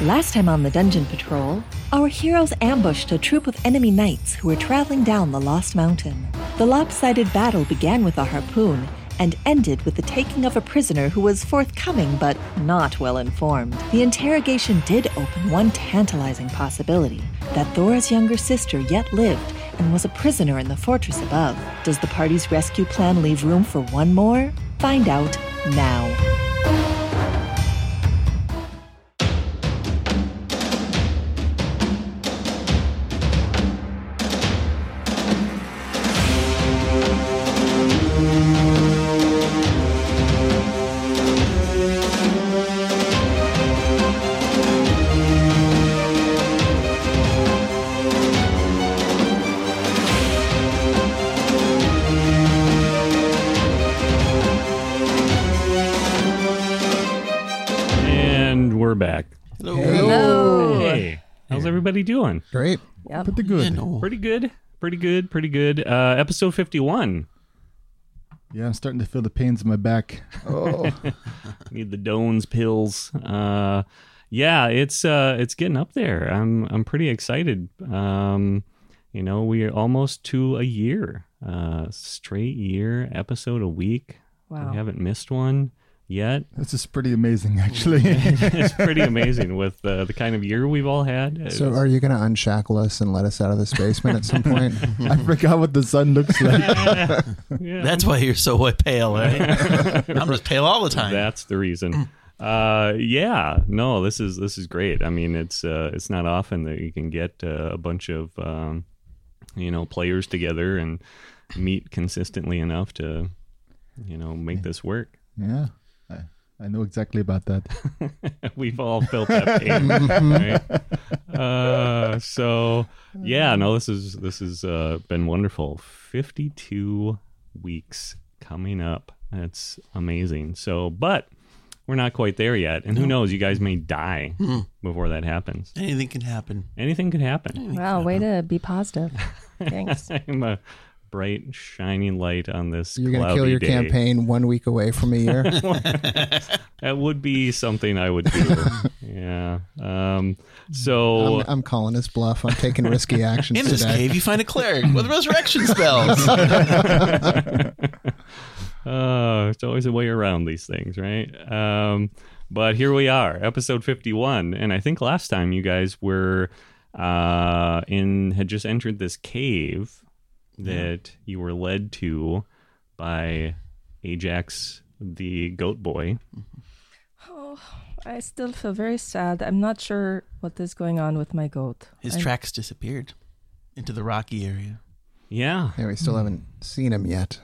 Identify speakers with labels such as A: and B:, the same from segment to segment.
A: Last time on the Dungeon Patrol, our heroes ambushed a troop of enemy knights who were traveling down the Lost Mountain. The lopsided battle began with a harpoon and ended with the taking of a prisoner who was forthcoming but not well informed. The interrogation did open one tantalizing possibility that Thora's younger sister yet lived and was a prisoner in the fortress above. Does the party's rescue plan leave room for one more? Find out now.
B: And we're back.
C: Hello.
B: Hey, how's everybody doing?
D: Great.
C: Yep.
D: Pretty good.
B: Pretty good. Pretty good. Pretty good. Uh, episode 51.
D: Yeah, I'm starting to feel the pains in my back.
B: Need the Dones pills. Uh, yeah, it's uh, it's getting up there. I'm I'm pretty excited. Um, you know, we are almost to a year. Uh, straight year, episode a week.
C: Wow.
B: We haven't missed one yet.
D: This is pretty amazing, actually.
B: it's pretty amazing with uh, the kind of year we've all had.
E: So, are you going to unshackle us and let us out of this basement at some point?
D: I forgot what the sun looks like.
B: Yeah.
F: That's why you're so white pale, right? I'm just pale all the time.
B: That's the reason. Uh, yeah, no, this is this is great. I mean, it's uh, it's not often that you can get uh, a bunch of um, you know players together and meet consistently enough to you know make this work.
D: yeah, I, I know exactly about that.
B: We've all felt that pain. right? uh, so yeah, no, this is this has uh, been wonderful. Fifty-two weeks coming up. That's amazing. So, but we're not quite there yet, and who knows? You guys may die
E: Hmm.
B: before that happens.
F: Anything can happen.
B: Anything could happen.
C: Wow, way to be positive. Thanks.
B: I'm a bright shining light on this.
E: You're going to kill
B: cloudy
E: your
B: day.
E: campaign one week away from a year.
B: That would be something I would do. yeah. Um, so
E: I'm, I'm calling this bluff. I'm taking risky actions
F: In this
E: today.
F: cave, you find a cleric with resurrection spells.
B: Uh, it's always a way around these things, right? Um, but here we are, episode 51. And I think last time you guys were uh, in, had just entered this cave that you were led to by Ajax the goat boy.
C: I still feel very sad. I'm not sure what is going on with my goat.
F: His
C: I-
F: tracks disappeared into the rocky area.
B: Yeah.
E: Yeah, we still haven't seen him yet.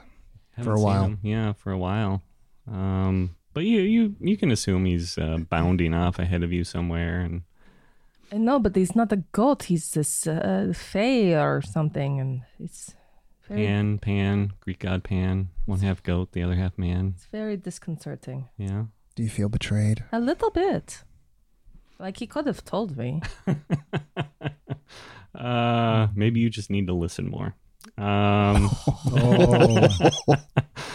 B: haven't
E: a
B: seen
E: while.
B: him. Yeah, for a while. Um, but you, you, you can assume he's uh, bounding off ahead of you somewhere and
C: I know, but he's not a goat. He's this uh, fae or something, and it's very,
B: Pan, Pan, Greek god Pan, one half goat, the other half man.
C: it's very disconcerting.
B: Yeah.
E: Do you feel betrayed?
C: A little bit. Like he could have told me.
B: Uh, maybe you just need to listen more. Um,
E: Oh,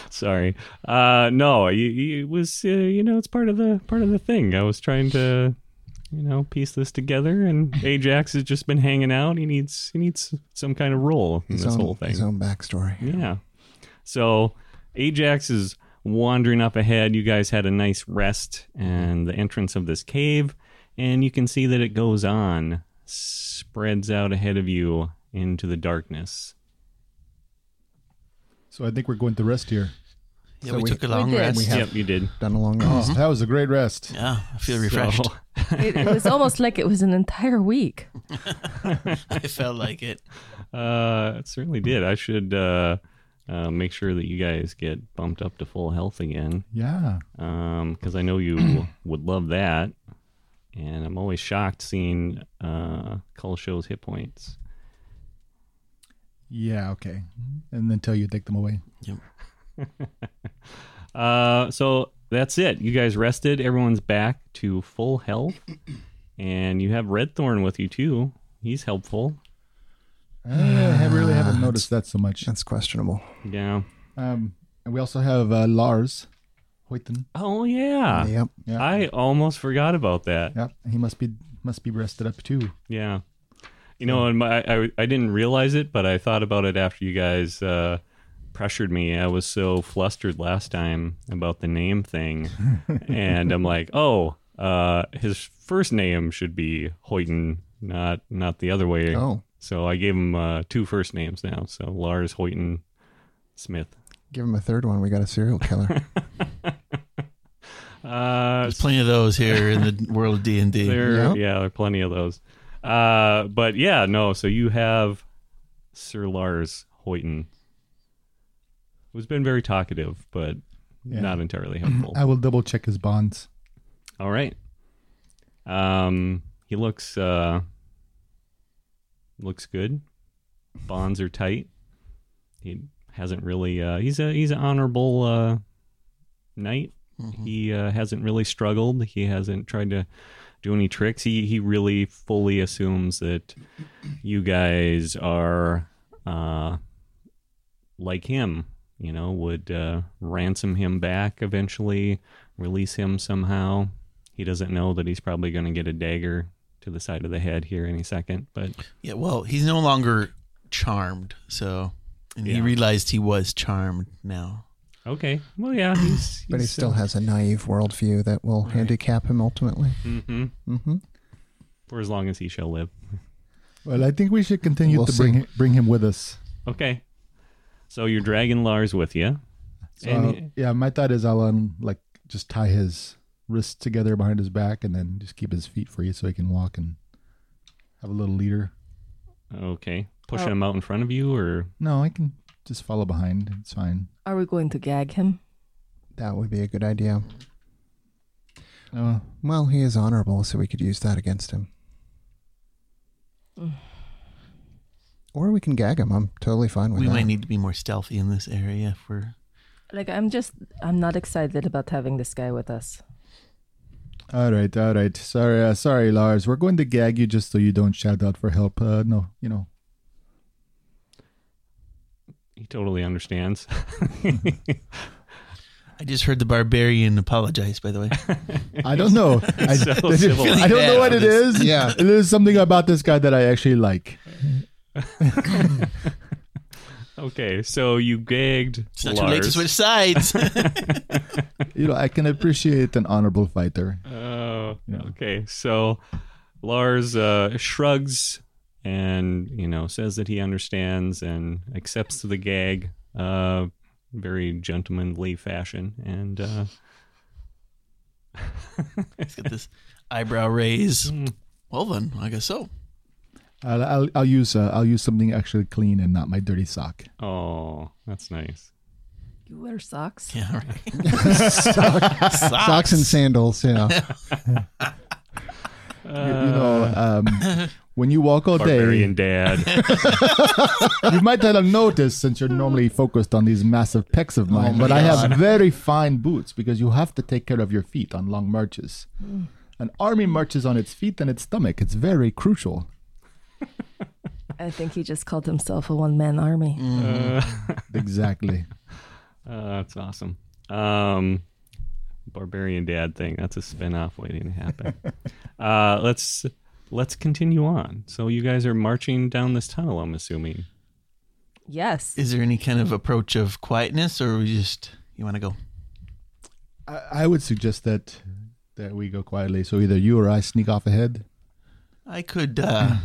B: sorry. Uh, no, you, you, it was uh, you know it's part of the part of the thing. I was trying to you know piece this together, and Ajax has just been hanging out. He needs he needs some kind of role in
E: his,
B: this
E: own,
B: whole thing.
E: his own backstory.
B: Yeah. So Ajax is wandering up ahead. You guys had a nice rest and the entrance of this cave, and you can see that it goes on, spreads out ahead of you into the darkness.
D: So I think we're going to rest here.
F: Yeah,
E: So
F: we,
E: we-
F: took a
C: We
F: long
C: did.
F: rest.
E: We have-
B: Yep, you did.
E: Done a long rest.
D: That was a great rest.
F: Yeah, I feel refreshed.
B: So-
C: It, it was almost like it was an entire week.
F: I felt like it.
B: Uh, it certainly did. I should uh, uh, make sure that you guys get bumped up to full health again,
D: Yeah.
B: because I know you would love that. And I'm always shocked seeing uh, Cull show's hit points.
D: Yeah, okay. And then tell you to take them away.
B: Uh, so that's it. You guys rested. Everyone's back to full health, and you have Red Thorn with you too. He's helpful.
D: Uh, I really haven't noticed that so much.
E: That's questionable.
B: Yeah.
D: Um, and we also have uh, Lars, Hoyten.
B: Oh yeah.
E: Yep.
D: Yeah.
B: I almost forgot about that.
D: yeah. He must be must be rested up too.
B: Yeah. You know, and my, I, I didn't realize it, but I thought about it after you guys uh, pressured me. I was so flustered last time about the name thing. and I'm like, oh, uh, his first name should be Hoyton, not not the other way.
E: Oh,
B: So I gave him uh, two first names now. So Lars Hoyton Smith.
E: give him a third one. We got a serial killer.
B: Uh,
F: There's plenty of those here in the world of D and D.
B: There,
E: Yeah.
B: yeah, there are plenty of those. Uh, but yeah, no. So you have Sir Lars Hoyton, who's been very talkative, but
D: Yeah.
B: not entirely helpful.
D: I will double check his bonds.
B: All right. Um, he looks uh, looks good. Bonds are tight. He hasn't really. Uh, he's a he's an honorable uh, knight. He uh, hasn't really struggled. He hasn't tried to do any tricks. He he really fully assumes that you guys are uh, like him. You know, would uh, ransom him back eventually, release him somehow. He doesn't know that he's probably going to get a dagger to the side of the head here any second, but
F: Yeah, well, he's no longer charmed, so and he
B: Yeah.
F: realized he was charmed now.
B: okay. Well, yeah, he's,
E: but he still has a naive worldview that will handicap him ultimately.
B: hmm
E: hmm
B: for as long as he shall live.
D: Well, I think we should continue
E: We'll
D: to
E: see.
D: bring hi- bring him with us.
B: Okay, so you're dragging Lars with you,
D: So,
B: and
D: uh, yeah, my thought is I'll um, like just tie his wrists together behind his back and then just keep his feet free so he can walk and have a little leader.
B: okay, pushing him out in front of you, or
D: No, I can just follow behind. It's fine.
C: Are we going to gag him?
E: That would be a good idea.
D: Uh,
E: Well, he is honorable, so we could use that against him. Or we can gag him. I'm totally fine with
F: We
E: that.
F: might need to be more stealthy in this area if we're
C: Like, I'm just, I'm not excited about having this guy with us.
D: all right, all right. Sorry, uh, sorry, Lars. We're going to gag you just so you don't shout out for help. Uh, no, you know.
B: he totally understands.
F: I just heard the barbarian apologize, by the way.
D: I don't know. I,
B: So civil.
D: I don't know what it is.
E: Yeah.
D: There's something about this guy that I actually like.
B: okay, so you gagged
F: It's not
B: Lars.
F: too late to switch sides.
D: You know, I can appreciate an honorable fighter.
B: Oh, okay. So Lars uh, shrugs and you know says that he understands and accepts the gag, uh, very gentlemanly fashion, and uh,
F: He's got this eyebrow raise. Well then, I guess so.
D: I'll, I'll, I'll use uh, I'll use something actually clean and not my dirty sock.
B: oh, that's nice.
C: You wear socks?
F: Yeah, right. Socks.
E: Socks and sandals, yeah.
D: You- you know, um, when you walk all
B: Barbarian dad.
D: day, you might not have noticed since you're normally focused on these massive pecs of mine. but I have very fine boots because you have to take care of your feet on long marches. An army marches on its feet and its stomach. It's very crucial.
C: I think he just called himself a one man army.
D: Exactly.
B: Uh, that's awesome. Um, barbarian dad thing. That's a spin-off waiting to happen. uh, let's let's continue on. So you guys are marching down this tunnel. I'm assuming.
C: Yes.
F: Is there any kind of approach of quietness, or we just you want to go?
D: I, I would suggest that that we go quietly. So either you or I sneak off ahead.
F: I could. uh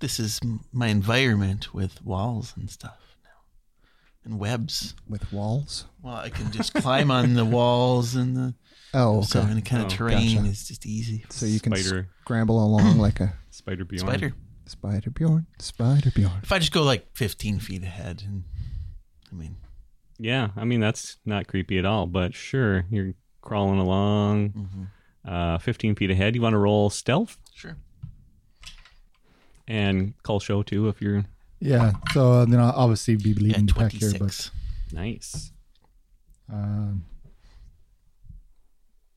F: This is m- my environment with walls and stuff now, and webs.
E: With walls.
F: Well, I can just climb on the walls and the
E: Oh,
F: so
E: okay.
F: any kind of
B: Oh,
F: terrain
E: gotcha.
F: is just easy.
E: So you can
B: Spider.
E: scramble along like a
B: Spider Bjorn.
F: Spider.
E: spider Bjorn. Spider Bjorn.
F: If I just go like 15 feet ahead, and I mean,
B: Yeah, I mean that's not creepy at all. But sure, you're crawling along, uh, 15 feet ahead. You want to roll stealth
F: sure.
B: and call show too if you're
D: Yeah. So uh, then I'll obviously be
F: Yeah,
D: leading the pack here, but
F: 26.
B: nice.
D: Um,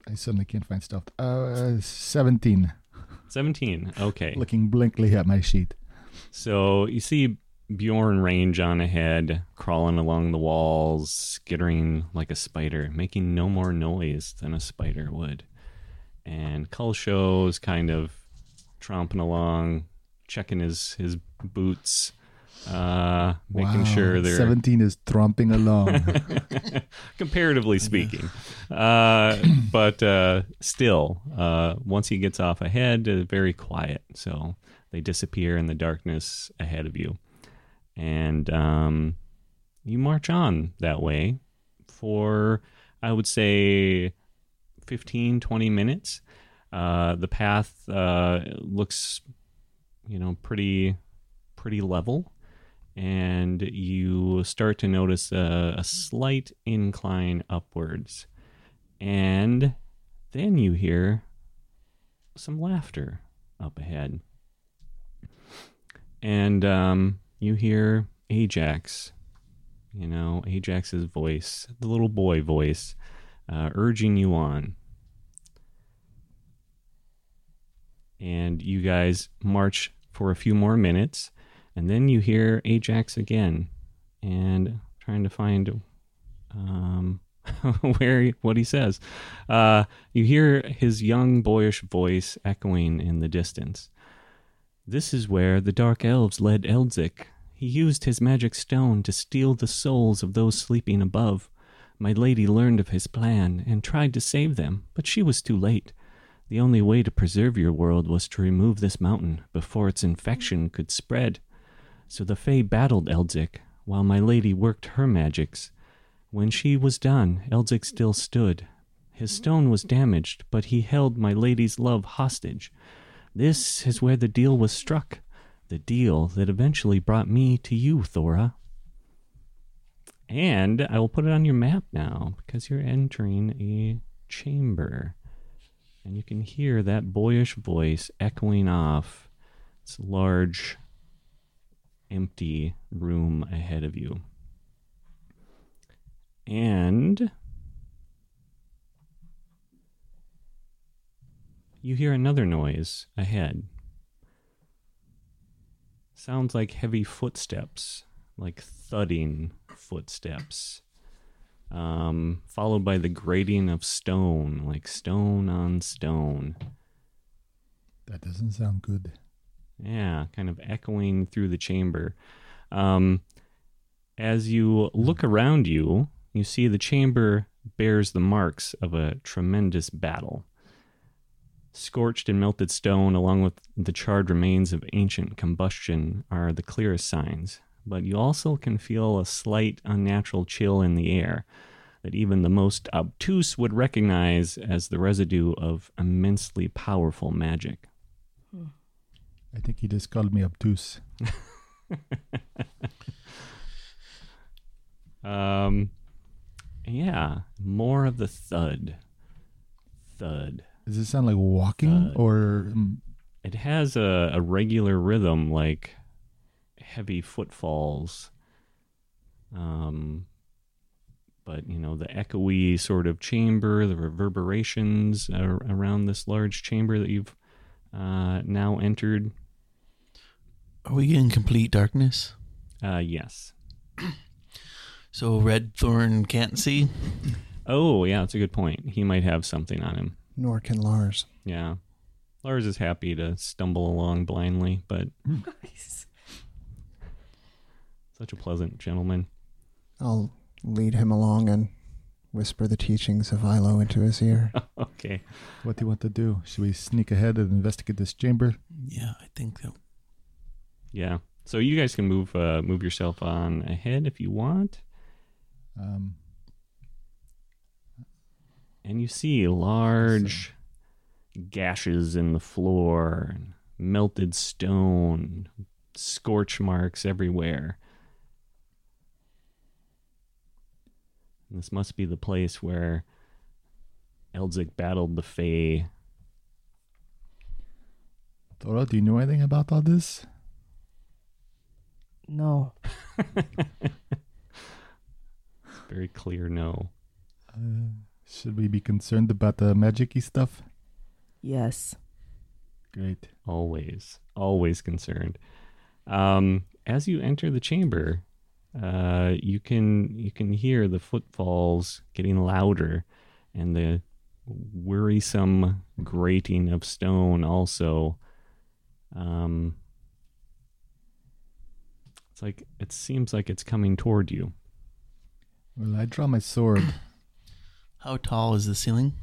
D: I suddenly can't find stuff. Uh, 17.
B: 17. Okay,
D: Looking blankly at my sheet.
B: so you see Bjorn range on ahead, crawling along the walls, skittering like a spider, making no more noise than a spider would. And Kulsho's kind of tromping along, checking his, his boots, uh, making
D: Wow,
B: sure they're
D: 17 is tromping along.
B: comparatively speaking. Uh, but uh, still, uh, once he gets off ahead, uh, very quiet. So they disappear in the darkness ahead of you. And um, you march on that way for, I would say, 15, 20 minutes. Uh, the path uh, looks, you know, pretty, pretty level and you start to notice a, a slight incline upwards. And then you hear some laughter up ahead. And um, you hear Ajax, you know, Ajax's voice, the little boy voice, uh, urging you on. and you guys march for a few more minutes and then you hear ajax again and trying to find um, where he, what he says uh, you hear his young boyish voice echoing in the distance this is where the dark elves led elzik he used his magic stone to steal the souls of those sleeping above my lady learned of his plan and tried to save them but she was too late the only way to preserve your world was to remove this mountain before its infection could spread. So the Fae battled Eldzick, while my lady worked her magics. When she was done, Eldzick still stood. His stone was damaged, but he held my lady's love hostage. This is where the deal was struck. The deal that eventually brought me to you, Thora. And I will put it on your map now, because you're entering a chamber and you can hear that boyish voice echoing off this large, empty room ahead of you. And you hear another noise ahead. Sounds like heavy footsteps, like thudding footsteps um, followed by the grating of stone, like stone on stone.
D: that doesn't sound good.
B: Yeah, kind of echoing through the chamber. Um, as you look around you, you see the chamber bears the marks of a tremendous battle. Scorched and melted stone, along with the charred remains of ancient combustion, are the clearest signs, but you also can feel a slight unnatural chill in the air that even the most obtuse would recognize as the residue of immensely powerful magic.
D: I think he just called me obtuse.
B: Um, yeah, more of the thud, thud.
D: Does it sound like
B: Uh,
D: walking or mm,
B: It has a, a regular rhythm, like heavy footfalls. Um, but you know the echoey sort of chamber, the reverberations ar- around this large chamber that you've uh, now entered.
F: Are we in complete darkness?
B: Uh, yes.
F: So Red Thorn can't see?
B: Oh, yeah, that's a good point. He might have something on him.
E: Nor can Lars.
B: Yeah. Lars is happy to stumble along blindly, but such a pleasant gentleman.
E: I'll lead him along and whisper the teachings of Ilo into his ear.
B: Okay.
D: what do you want to do? Should we sneak ahead and investigate this chamber?
F: Yeah, I think that.
B: Yeah. So you guys can move uh, move yourself on ahead if you want.
D: Um,
B: And you see large gashes in the floor, and melted stone, scorch marks everywhere. And this must be the place where Eldzick battled the Fae
D: Thora, do you know anything about all this?
C: No.
B: Very clear no.
D: Should we be concerned about the magic stuff?
C: Yes.
D: Great.
B: Always, always concerned. Um, as you enter the chamber, uh, you can you can hear the footfalls getting louder, and the worrisome grating of stone. Also, um, it's like it seems like it's coming toward you.
D: Well, I draw my sword.
F: How tall is the ceiling?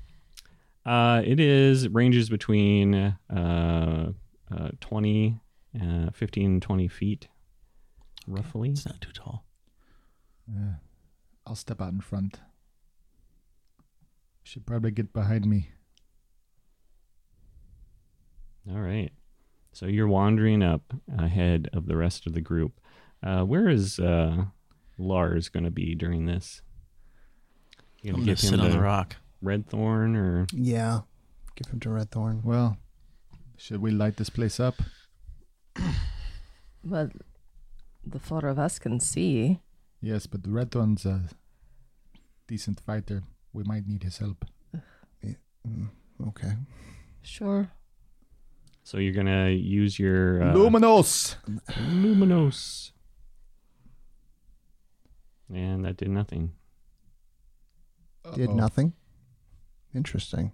B: Uh, it is ranges between uh, uh, 20, uh, 15, and 20 feet, roughly.
F: It's not too tall.
D: I'll step out in front. Should probably get behind me.
B: All right. So you're wandering up ahead of the rest of the group. Uh, where is uh, Lars going to be during this? You
F: I'm
B: gonna
F: gonna
B: give him
F: sit on the
B: to
F: rock.
B: Red Thorn or
E: Yeah. Give him to Red Thorn.
D: Well, should we light this place up?
C: Well, the four of us can see.
D: Yes, but the red one's a decent fighter. We might need his help.
E: Okay.
C: Sure.
B: so you're going to use your uh,
D: Luminos!
B: Luminos. And that did nothing.
E: Did
D: Uh-oh.
E: nothing. Interesting.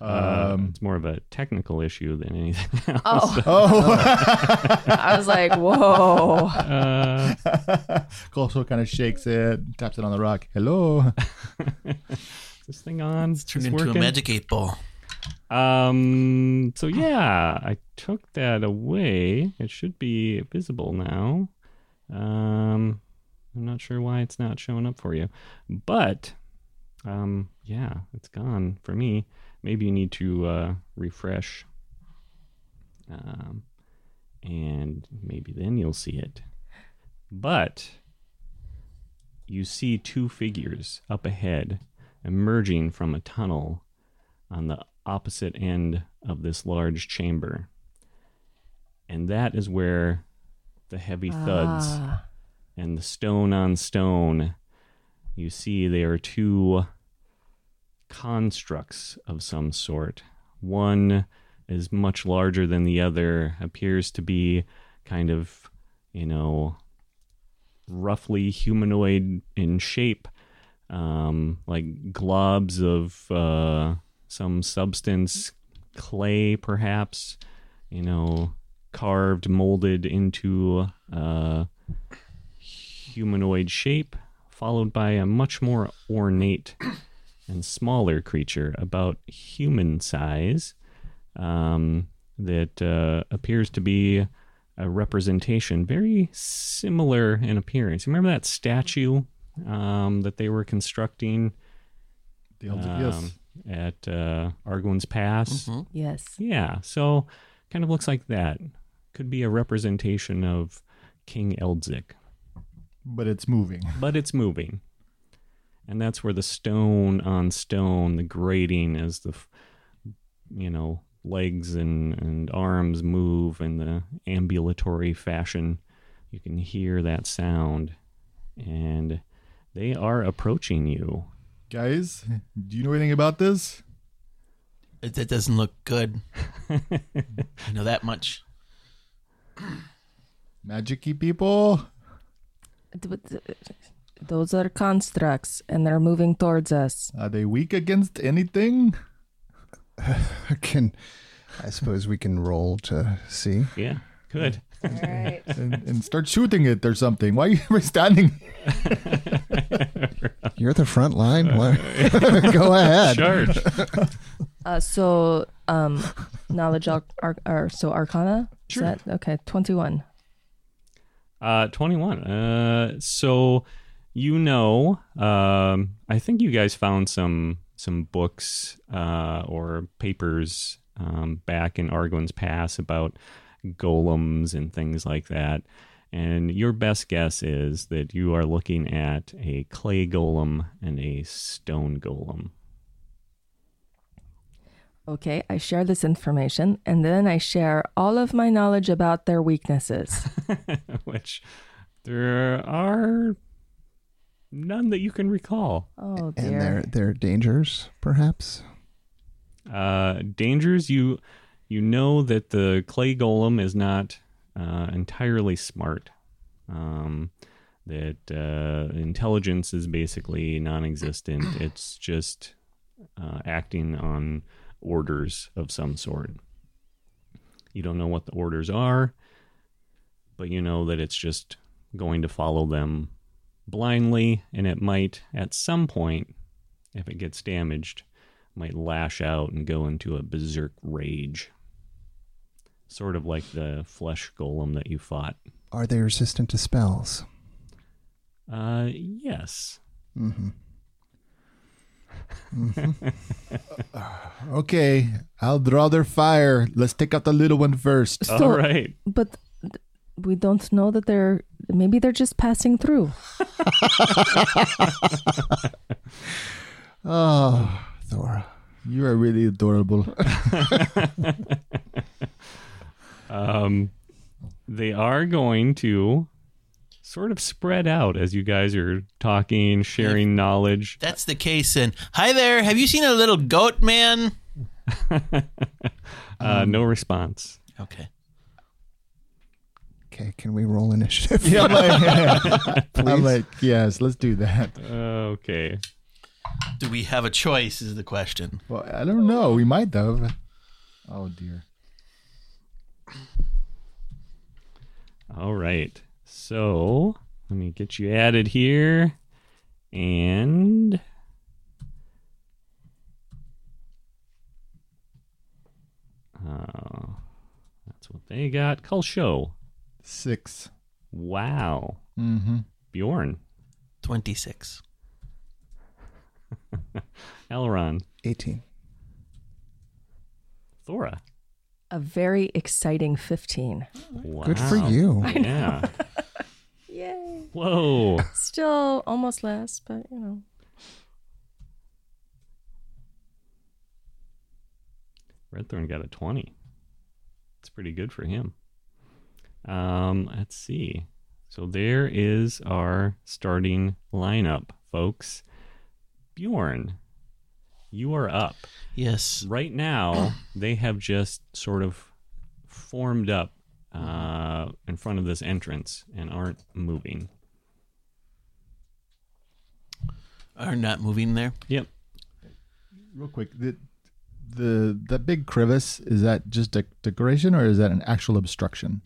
B: Uh,
D: Um,
B: it's more of a technical issue than anything else.
C: Oh,
D: oh,
C: I was like, whoa.
B: Uh,
D: Corso kind of shakes it, taps it on the rock. Hello.
B: is this thing on?
F: It's turned
B: Is this
F: into
B: working?
F: a magic eight ball.
B: Um. So yeah, I took that away. It should be visible now. Um, I'm not sure why it's not showing up for you, but um, yeah, it's gone for me. Maybe you need to uh, refresh. Um, and maybe then you'll see it. But you see two figures up ahead emerging from a tunnel on the opposite end of this large chamber. And that is where the heavy thuds
C: Ah,
B: and the stone on stone, you see they are two constructs of some sort. One is much larger than the other, appears to be kind of, you know, roughly humanoid in shape, um, like globs of uh, some substance, clay perhaps, you know, carved, molded into. Uh, humanoid shape, followed by a much more ornate and smaller creature, about human size, um, that uh, appears to be a representation very similar in appearance. Remember that statue um, that they were constructing
D: The elder-
B: um,
D: yes.
B: at uh, Argon's Pass?
C: Mm-hmm. yes.
B: Yeah, so kind of looks like that. Could be a representation of King Eldzik
D: But it's moving.
B: but it's moving. And that's where the stone on stone, the grating as the, f- you know, legs and, and arms move in the ambulatory fashion. You can hear that sound. And they are approaching you.
D: Guys, do you know anything about this?
F: It, that doesn't look good. I know that much.
D: Magic-y people?
C: D- but th- Those are constructs and they're moving towards us.
D: Are they weak against anything?
E: can I suppose we can roll to see.
B: Yeah, good.
C: All right.
D: And, and start shooting it or something. Why are you ever standing?
E: You're the front line. What- Go ahead.
B: Charge.
C: Uh, so, um, knowledge, ar- ar- ar- so Arcana? Is
B: Sure.
C: that- okay, 21.
B: Uh, 21. Uh, so you know, um, I think you guys found some some books uh, or papers um, back in Argon's Pass about golems and things like that. And your best guess is that you are looking at a clay golem and a stone golem.
C: Okay, I share this information and then I share all of my knowledge about their weaknesses.
B: which there are none that you can recall.
C: Oh, dear.
E: And their their dangers, perhaps.
B: Uh, dangers you you know that the clay golem is not uh, entirely smart. Um, that uh, intelligence is basically non-existent. It's just uh, acting on orders of some sort. You don't know what the orders are, but you know that it's just going to follow them blindly, and it might, at some point, if it gets damaged, might lash out and go into a berserk rage. Sort of like the flesh golem that you fought.
E: Are they resistant to spells?
B: Uh, yes.
D: Okay, I'll draw their fire. Let's take out the little one first.
C: So-
B: All right.
C: But th- we don't know that they're. Maybe they're just passing through.
D: Oh,
E: Thora.
D: you are really adorable.
B: Um, they are going to sort of spread out as you guys are talking, sharing knowledge.
F: That's the case. And hi there. Have you seen a little goat man?
B: Uh, no response.
F: Okay.
E: Okay, can we roll initiative?
D: Yeah, I'm like, I'm like, yes, let's do that.
B: Uh, Okay.
F: Do we have a choice? Is the question.
D: Well, I don't know. We might have. Oh dear.
B: All right. So let me get you added here. And uh, that's what they got. Call show.
D: Six.
B: Wow.
D: Mm-hmm.
B: Bjorn.
F: Twenty-six.
B: Elron.
E: 18.
B: Thora.
C: A very exciting 15.
B: Wow.
E: Good for you.
B: Yeah.
C: Yay.
B: Whoa.
C: Still almost last, but you know.
B: Redthorn got a 20. It's pretty good for him. Um, let's see. So there is our starting lineup, folks. Bjorn, you are up.
F: Yes.
B: Right now, they have just sort of formed up uh, in front of this entrance and aren't moving.
F: Are not moving there.
B: Yep.
D: Real quick, the the that big crevice is that just a decoration or is that an actual obstruction?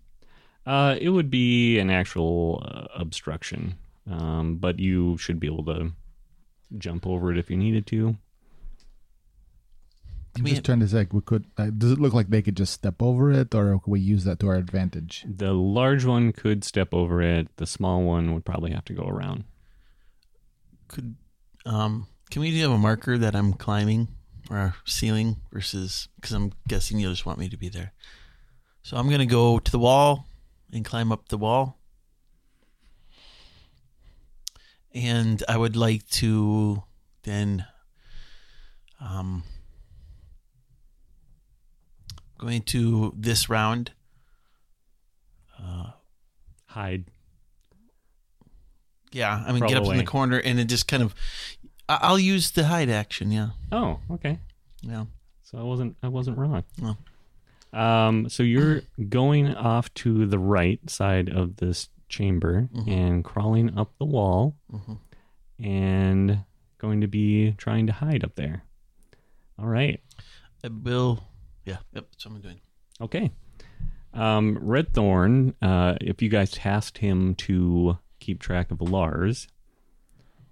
B: Uh, it would be an actual uh, obstruction, um, but you should be able to jump over it if you needed to.
D: I'm
F: We-
D: just trying to say we could. Uh, does it look like they could just step over it, or could we use that to our advantage?
B: The large one could step over it. The small one would probably have to go around.
F: Could um can we do have a marker that I'm climbing or ceiling versus because I'm guessing you just want me to be there. So I'm gonna go to the wall and climb up the wall. And I would like to then um going to this round
B: Hide.
F: Yeah, I mean,
B: Crawl
F: get up in
B: away.
F: the corner and then just kind of. I- I'll use the hide action. Yeah,
B: Oh, okay.
F: yeah.
B: So I wasn't I wasn't wrong.
F: No.
B: Um, so you're going off to the right side of this chamber and crawling up the wall and going to be trying to hide up there. All right.
F: I will. Yeah, yep. That's what I'm doing.
B: Okay. Um, Red Thorn, uh, if you guys tasked him to keep track of Lars,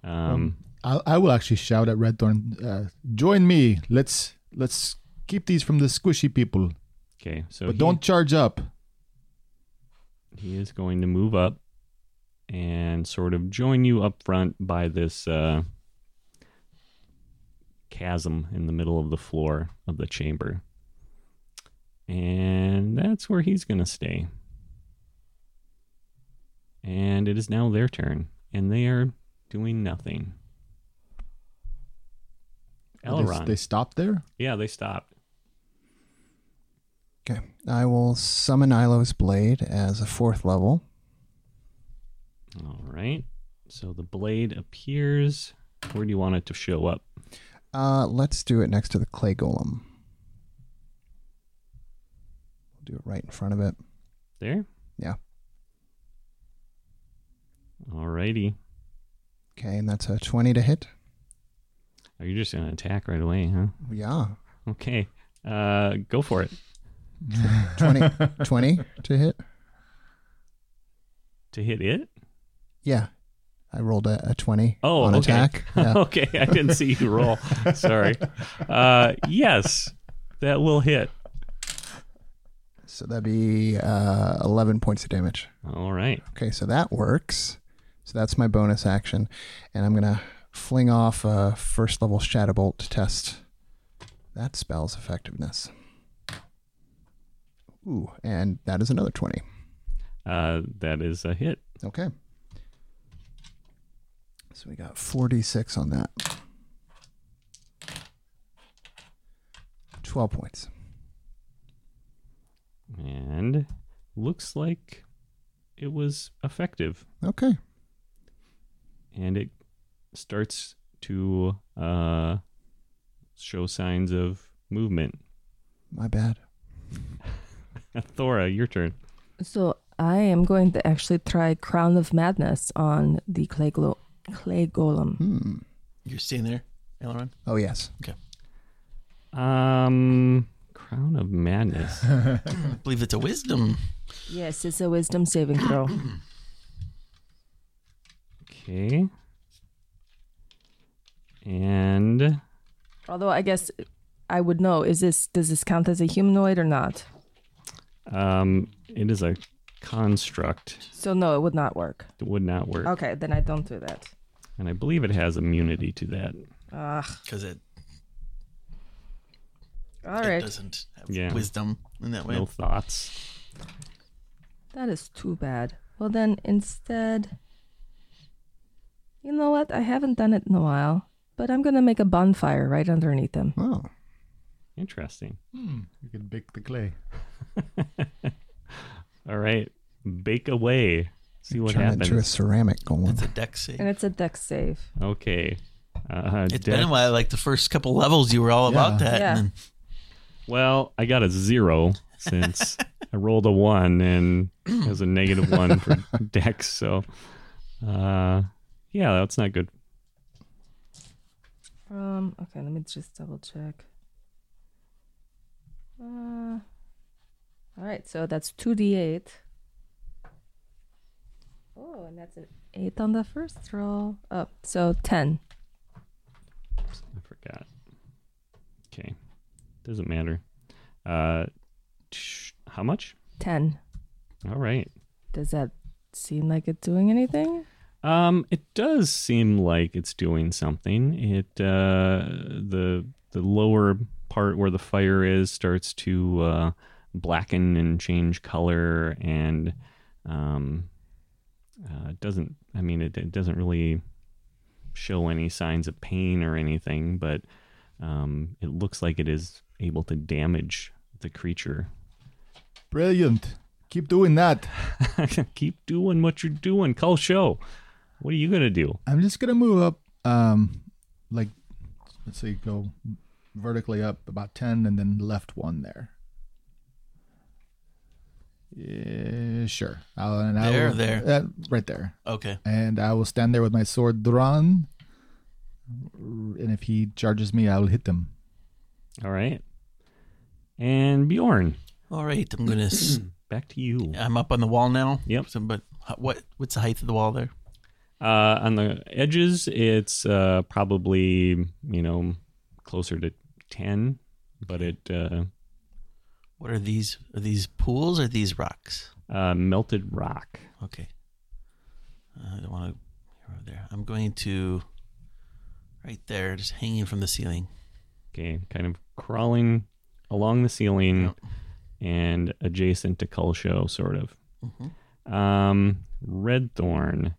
B: um,
D: I, I will actually shout at Red Thorn. Uh, Join me. Let's let's keep these from the squishy people,
B: okay, so
D: but
B: he,
D: don't charge up.
B: he is going to move up and sort of join you up front by this uh, chasm in the middle of the floor of the chamber. And that's where he's going to stay. And it is now their turn, and they are doing nothing.
D: They, they
B: Elrond.
D: stop there.
B: Yeah, they stopped.
E: Okay. I will summon Ilo's Blade as a fourth level.
B: All right. So the blade appears. Where do you want it to show up?
E: Uh, let's do it next to the clay golem. We'll do it right in front of it.
B: There?
E: Yeah.
B: Alrighty.
E: Okay, and that's a 20 to hit.
B: Are you just gonna attack right away, huh?
E: Yeah.
B: Okay. Uh, go for it.
E: 20, 20 to hit.
B: To hit it?
E: Yeah. I rolled a, a 20
B: Oh,
E: on
B: okay.
E: attack. Yeah.
B: okay, I didn't see you roll. Sorry. Uh, yes, that will hit.
E: So that'd be uh, 11 points of damage.
B: All right.
E: Okay, so that works. So that's my bonus action. And I'm going to fling off a first level Shadow Bolt to test that spell's effectiveness. Ooh, and that is another 20.
B: Uh, that is a hit.
E: Okay. So we got 46 on that. 12 points.
B: And looks like it was effective.
E: Okay.
B: And it starts to uh, show signs of movement.
E: My bad.
B: Thora, your turn.
C: So I am going to actually try Crown of Madness on the clay, glo- clay golem.
E: Hmm.
F: You're staying there, Aileron?
E: Oh, yes.
B: Um, Crown of Madness.
F: I believe it's a wisdom.
C: Yes, it's a wisdom saving throw.
B: Okay. And
C: Although I guess I would know is this does this count as a humanoid or not?
B: um, it is a construct.
C: So no, it would not work.
B: It would not work.
C: Okay, then I don't do that.
B: And I believe it has immunity to that.
C: Ugh.
F: Because it,
C: All
F: it
C: right.
F: doesn't have
B: Yeah.
F: wisdom in that way.
B: No thoughts.
C: That is too bad. Well, then instead, you know what? I haven't done it in a while, but I'm gonna make a bonfire right underneath him.
E: Oh,
B: Interesting.
D: You can bake the clay.
B: All right. Bake away. See what
E: turn it into a
B: happens.
E: ceramic golem.
F: It's a deck save.
C: And it's a dex save.
B: Okay. Uh,
F: It's
B: dex-
F: been a while. Like the first couple levels, you were all about that.
C: Yeah.
F: And then
B: Well, I got a zero since I rolled a one and it was a negative one for dex. So, uh, yeah, that's not good.
C: Um. Okay, let me just double check. Uh. All right, so that's two d8. Oh, and that's an eight on the first roll. Oh, so ten.
B: Oops, I forgot. Okay. Doesn't matter. Uh, tsh- how much?
C: Ten.
B: All right.
C: Does that seem like it's doing anything?
B: Um, it does seem like it's doing something. It uh, the the lower part where the fire is starts to uh, blacken and change color, and um, uh, it doesn't. I mean, it, it doesn't really show any signs of pain or anything, but um, it looks like it is able to damage the creature.
D: Brilliant. Keep doing that.
B: Keep doing what you're doing, call show. What are you gonna do?
D: I'm just gonna move up, um, like let's say go vertically up about ten, and then left one there. Yeah, sure. I'll, and I
F: There,
D: will-
F: there.
D: uh, right there,
F: okay.
D: and I will stand there with my sword drawn. And if he charges me, I will hit them.
B: All right. And Bjorn,
F: All right. I'm gonna. s-
B: back to you.
F: I'm up on the wall now.
B: Yep.
F: So, but h- what? What's the height of the wall there?
B: Uh, on the edges, it's uh, probably you know closer to ten, but it uh,
F: What are these? Are these pools? Or these rocks?
B: uh, melted rock.
F: Okay. Uh, I don't want to. There. I'm going to. Right there, just hanging from the ceiling.
B: Okay, kind of crawling along the ceiling and adjacent to Kulsho, sort of. Um, Red Thorn,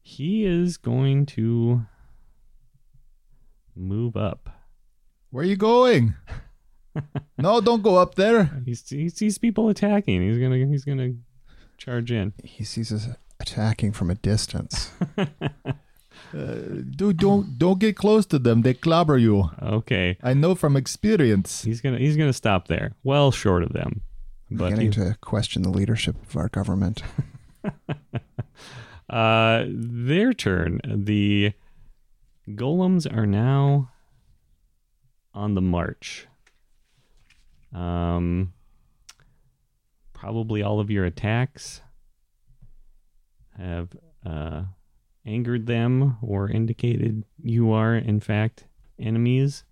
B: he is going to move up.
D: Where are you going? no, don't go up there.
B: He he sees people attacking. He's gonna he's gonna charge in.
E: He sees us attacking from a distance.
D: Dude, don't don't get close to them. They clobber you.
B: Okay.
D: I know from experience.
B: He's gonna he's gonna stop there. Well short of them. But
E: Beginning
B: you-
E: to question the leadership of our government.
B: uh, their turn. The golems are now on the march. Um, probably all of your attacks have uh, angered them or indicated you are, in fact, enemies.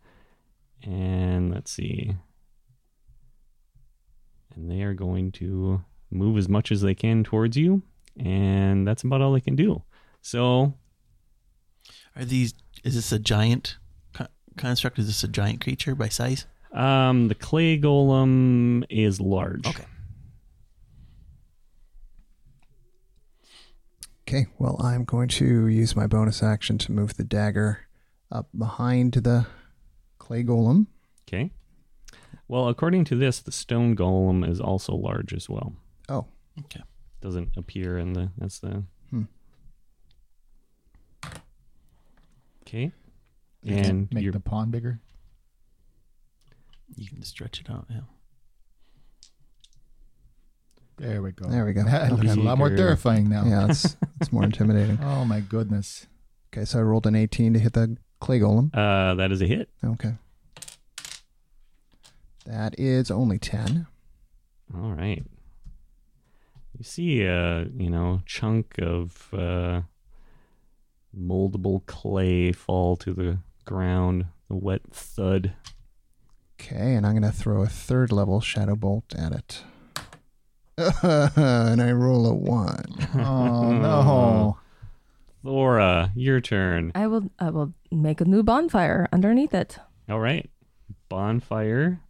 B: And let's see. And they are going to move as much as they can towards you. And that's about all they can do. So,
F: Are these? Is this a giant co- construct? Is this a giant creature by size?
B: um, the clay golem is large.
F: Okay.
E: Okay, well, I'm going to use my bonus action to move the dagger up behind the clay golem.
B: Okay. Well, according to this, the stone golem is also large as well.
E: Oh,
F: Okay.
B: Doesn't appear in the. That's the. Okay. And
D: Make
B: you're,
D: the pawn bigger.
F: You can stretch it out. Yeah.
D: There we go.
E: there we go.
D: That looks a lot more
B: Bigger.
D: terrifying now.
B: Oh.
E: Yeah, it's it's more intimidating.
D: Oh my goodness.
E: Okay, so I rolled an 18 to hit the clay golem.
B: uh, that is a hit.
E: Okay. That is only 10.
B: All right. You see a you know chunk of uh, moldable clay fall to the ground. The wet thud.
E: Okay, and I'm going to throw a third level shadow bolt at it. and I roll a 1.
D: Oh no.
B: Thora, your turn.
C: I will I will make a new bonfire underneath it.
B: All right. Bonfire.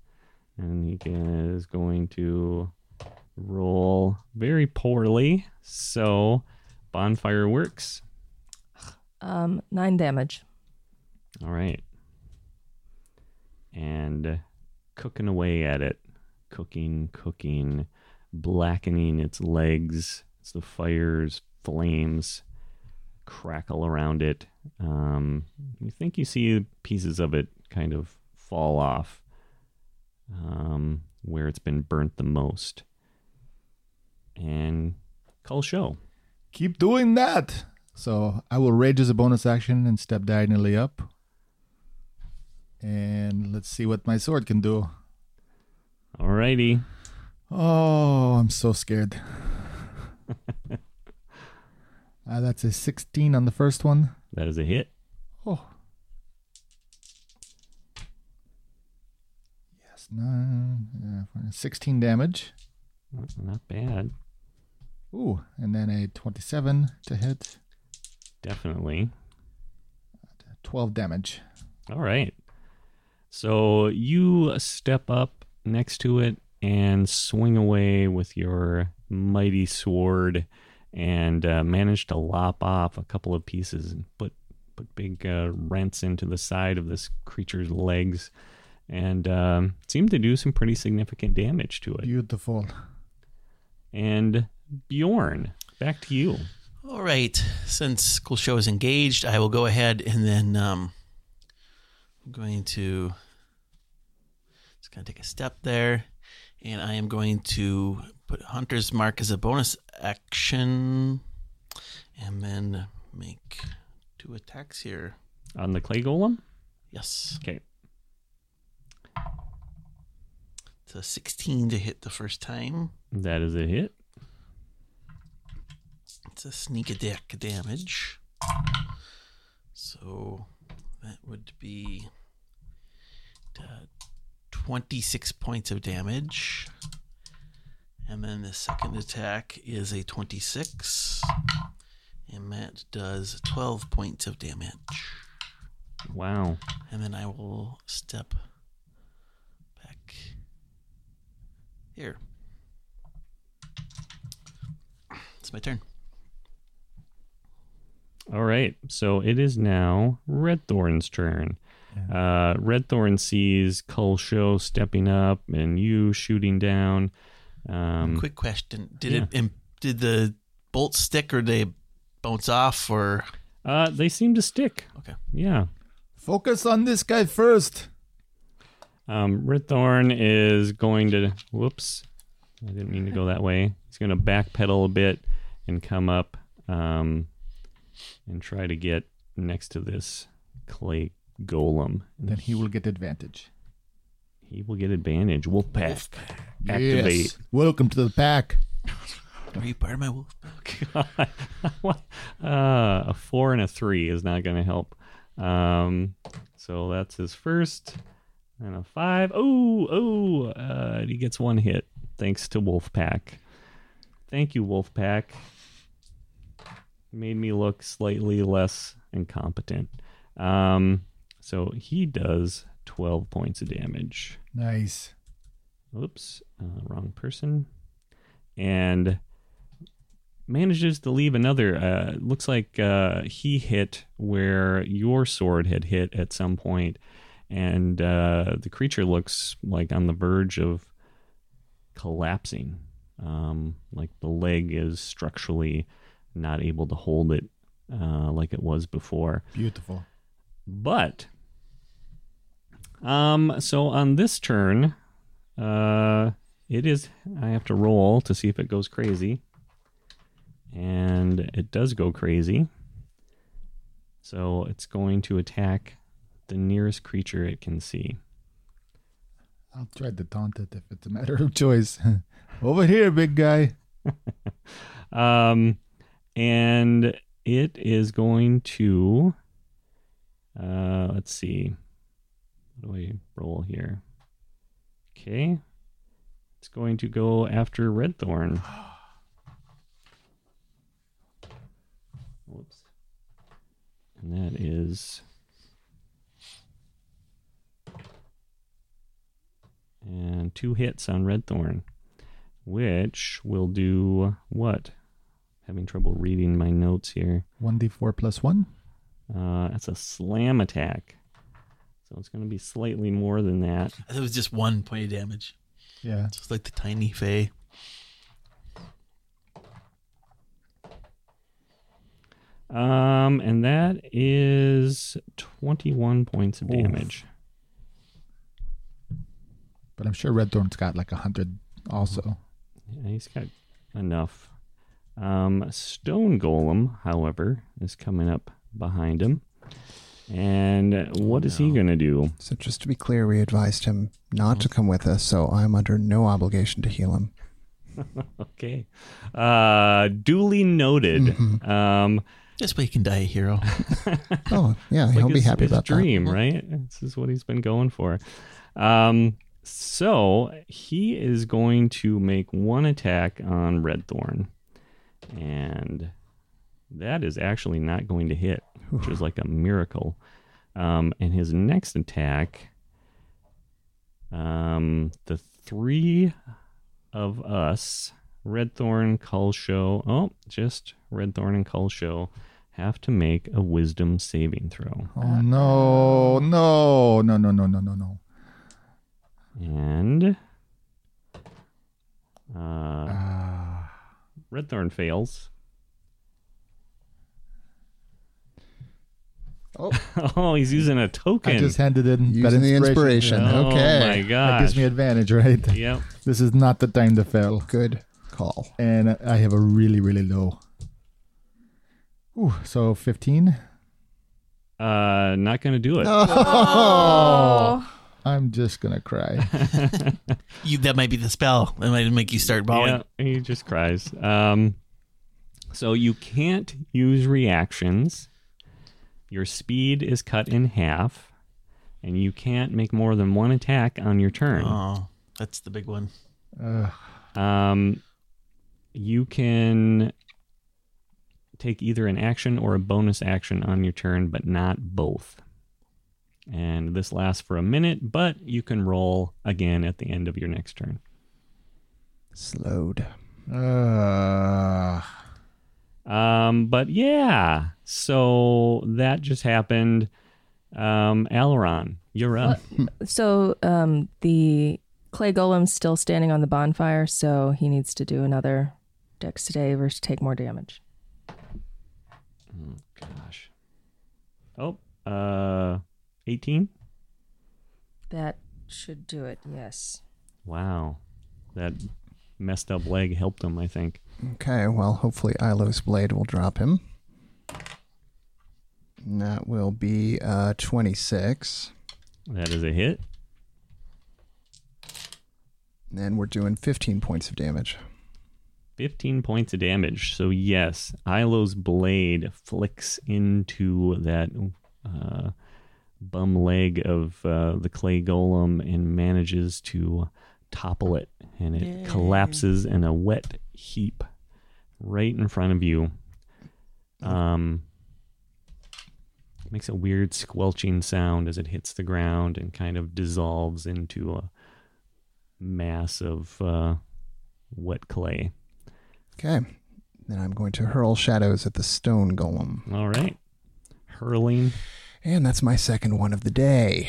B: And he can- is going to roll very poorly. So, bonfire works.
C: Um, nine damage.
B: All right. And cooking away at it. Cooking, cooking, blackening its legs. It's the fires, flames crackle around it. Um, you think you see pieces of it kind of fall off um, where it's been burnt the most. And call show.
D: Keep doing that. So I will rage as a bonus action and step diagonally up. And let's see what my sword can do.
B: All righty.
D: Oh, I'm so scared. uh, that's a 16 on the first one.
B: That is a hit.
D: Oh. Yes, nine, yeah, four, 16 damage.
B: That's not bad.
D: Ooh, and then a 27 to hit,
B: Definitely.
D: 12 damage.
B: All right. So you step up next to it and swing away with your mighty sword and uh, manage to lop off a couple of pieces and put put big uh, rents into the side of this creature's legs and um, seem to do some pretty significant damage to it.
D: Beautiful.
B: And Bjorn, back to you.
F: All right. Since Cool Show is engaged, I will go ahead and then um, I'm going to just going to take a step there, and I am going to put Hunter's Mark as a bonus action, and then make two attacks here.
B: On the clay golem?
F: Yes,
B: Okay.
F: it's a 16 to hit the first time.
B: That is a hit.
F: It's a sneak attack damage. So that would be uh, 26 points of damage. And then the second attack is a 26. And that does 12 points of damage.
B: Wow.
F: And then I will step back here. It's my turn.
B: All right. So it is now Red Thorn's turn. Uh, Red Thorn sees Cull Show stepping up and you shooting down. Um,
F: Quick question: Did
B: yeah.
F: it im did the bolt stick or they bounce off or
B: uh, they seem to stick.
F: okay?
B: Yeah.
D: Focus on this guy first.
B: Um, Red Thorn is going to, whoops, I didn't mean to go that way. He's going to backpedal a bit and come up um, and try to get next to this clay golem.
D: Then he will get advantage.
B: He will get advantage. Wolf pack. Activate.
D: Yes. Welcome to the pack.
F: Are you part of my wolf pack?
B: What? uh, a four and a three is not going to help. Um, so that's his first, and a five. Oh, oh, uh, and he gets one hit thanks to Wolfpack. Thank you, Wolfpack. Made me look slightly less incompetent. Um, so he does twelve points of damage.
D: Nice.
B: Oops, uh, wrong person. And manages to leave another. Uh, looks like uh, he hit where your sword had hit at some point, and uh, the creature looks like on the verge of collapsing. Um, like the leg is structurally not able to hold it uh, like it was before.
D: Beautiful.
B: But um so on this turn, uh it is I have to roll to see if it goes crazy. And it does go crazy. So it's going to attack the nearest creature it can see.
D: I'll try to taunt it if it's a matter of choice. Over here, big guy.
B: Um, and it is going to. Uh, let's see. What do I roll here? Okay. It's going to go after Red Thorn. Whoops. And that is. And two hits on Red Thorn, which will do what? Having trouble reading my notes here.
D: 1d4 plus 1.
B: Uh, that's a slam attack. So it's going to be slightly more than that.
F: I thought it was just one point of damage.
D: Yeah.
F: Just like the tiny Fae.
B: Um, and that is 21 points of damage.
D: But I'm sure Red Thorn's got like 100 also.
B: Yeah, he's got enough. Um, Stone Golem, however, is coming up behind him. And what is he going to do?
E: So just to be clear, we advised him not to come with us, so I'm under no obligation to heal him.
B: Okay. Uh, duly noted. Um,
F: This way you can die a hero.
E: Oh, yeah, he'll
B: like
E: be
B: his-
E: happy
B: his
E: about
B: dream, right? This is what he's been going for. Um, so he is going to make one attack on Red Thorn, and that is actually not going to hit, which is like a miracle. Um, and his next attack, um, the three of us, Red Thorn, Show. oh, just Red Thorn and Show, have to make a Wisdom saving throw.
D: Oh, no, no, no, no, no, no, no, no.
B: And uh, Red Thorn fails.
E: Oh.
B: oh, he's using a token.
D: I just handed in
E: Using
D: that
E: the inspiration.
D: Yeah.
B: oh
E: okay.
B: my
D: That
B: gosh.
D: gives me advantage, right?
B: yep.
D: This is not the time to fail.
E: that. Good call.
D: And I have a really, really low. Ooh, so 15.
B: Uh, not gonna do it.
C: Oh,
D: I'm just going to cry.
F: You, that might be the spell. That might make you start bawling.
B: Yeah, he just cries. Um, so you can't use reactions. Your speed is cut in half, and you can't make more than one attack on your turn.
F: Oh, that's the big one.
B: Um, you can take either an action or a bonus action on your turn, but not both. And this lasts for a minute, but you can roll again at the end of your next turn.
E: Slowed.
D: Uh,
B: Um, but yeah, so that just happened. Um, Aileron, you're up.
C: so um, the clay golem's still standing on the bonfire, so he needs to do another dex today versus take more damage.
B: Gosh. Oh, uh, 18?
C: That should do it. Yes.
B: Wow. That messed up leg helped him, I think.
E: Okay, well, hopefully Ilo's blade will drop him. And that will be uh, 26.
B: That is a hit.
E: And then we're doing 15 points of damage.
B: 15 points of damage. So, yes, Ilo's blade flicks into that uh, bum leg of uh, the clay golem and manages to topple it. And it collapses in a wet heap right in front of you. Um, makes a weird squelching sound as it hits the ground and kind of dissolves into a mass of uh, wet clay.
E: Okay. Then I'm going to hurl shadows at the stone golem.
B: All right. Hurling.
E: And that's my second one of the day.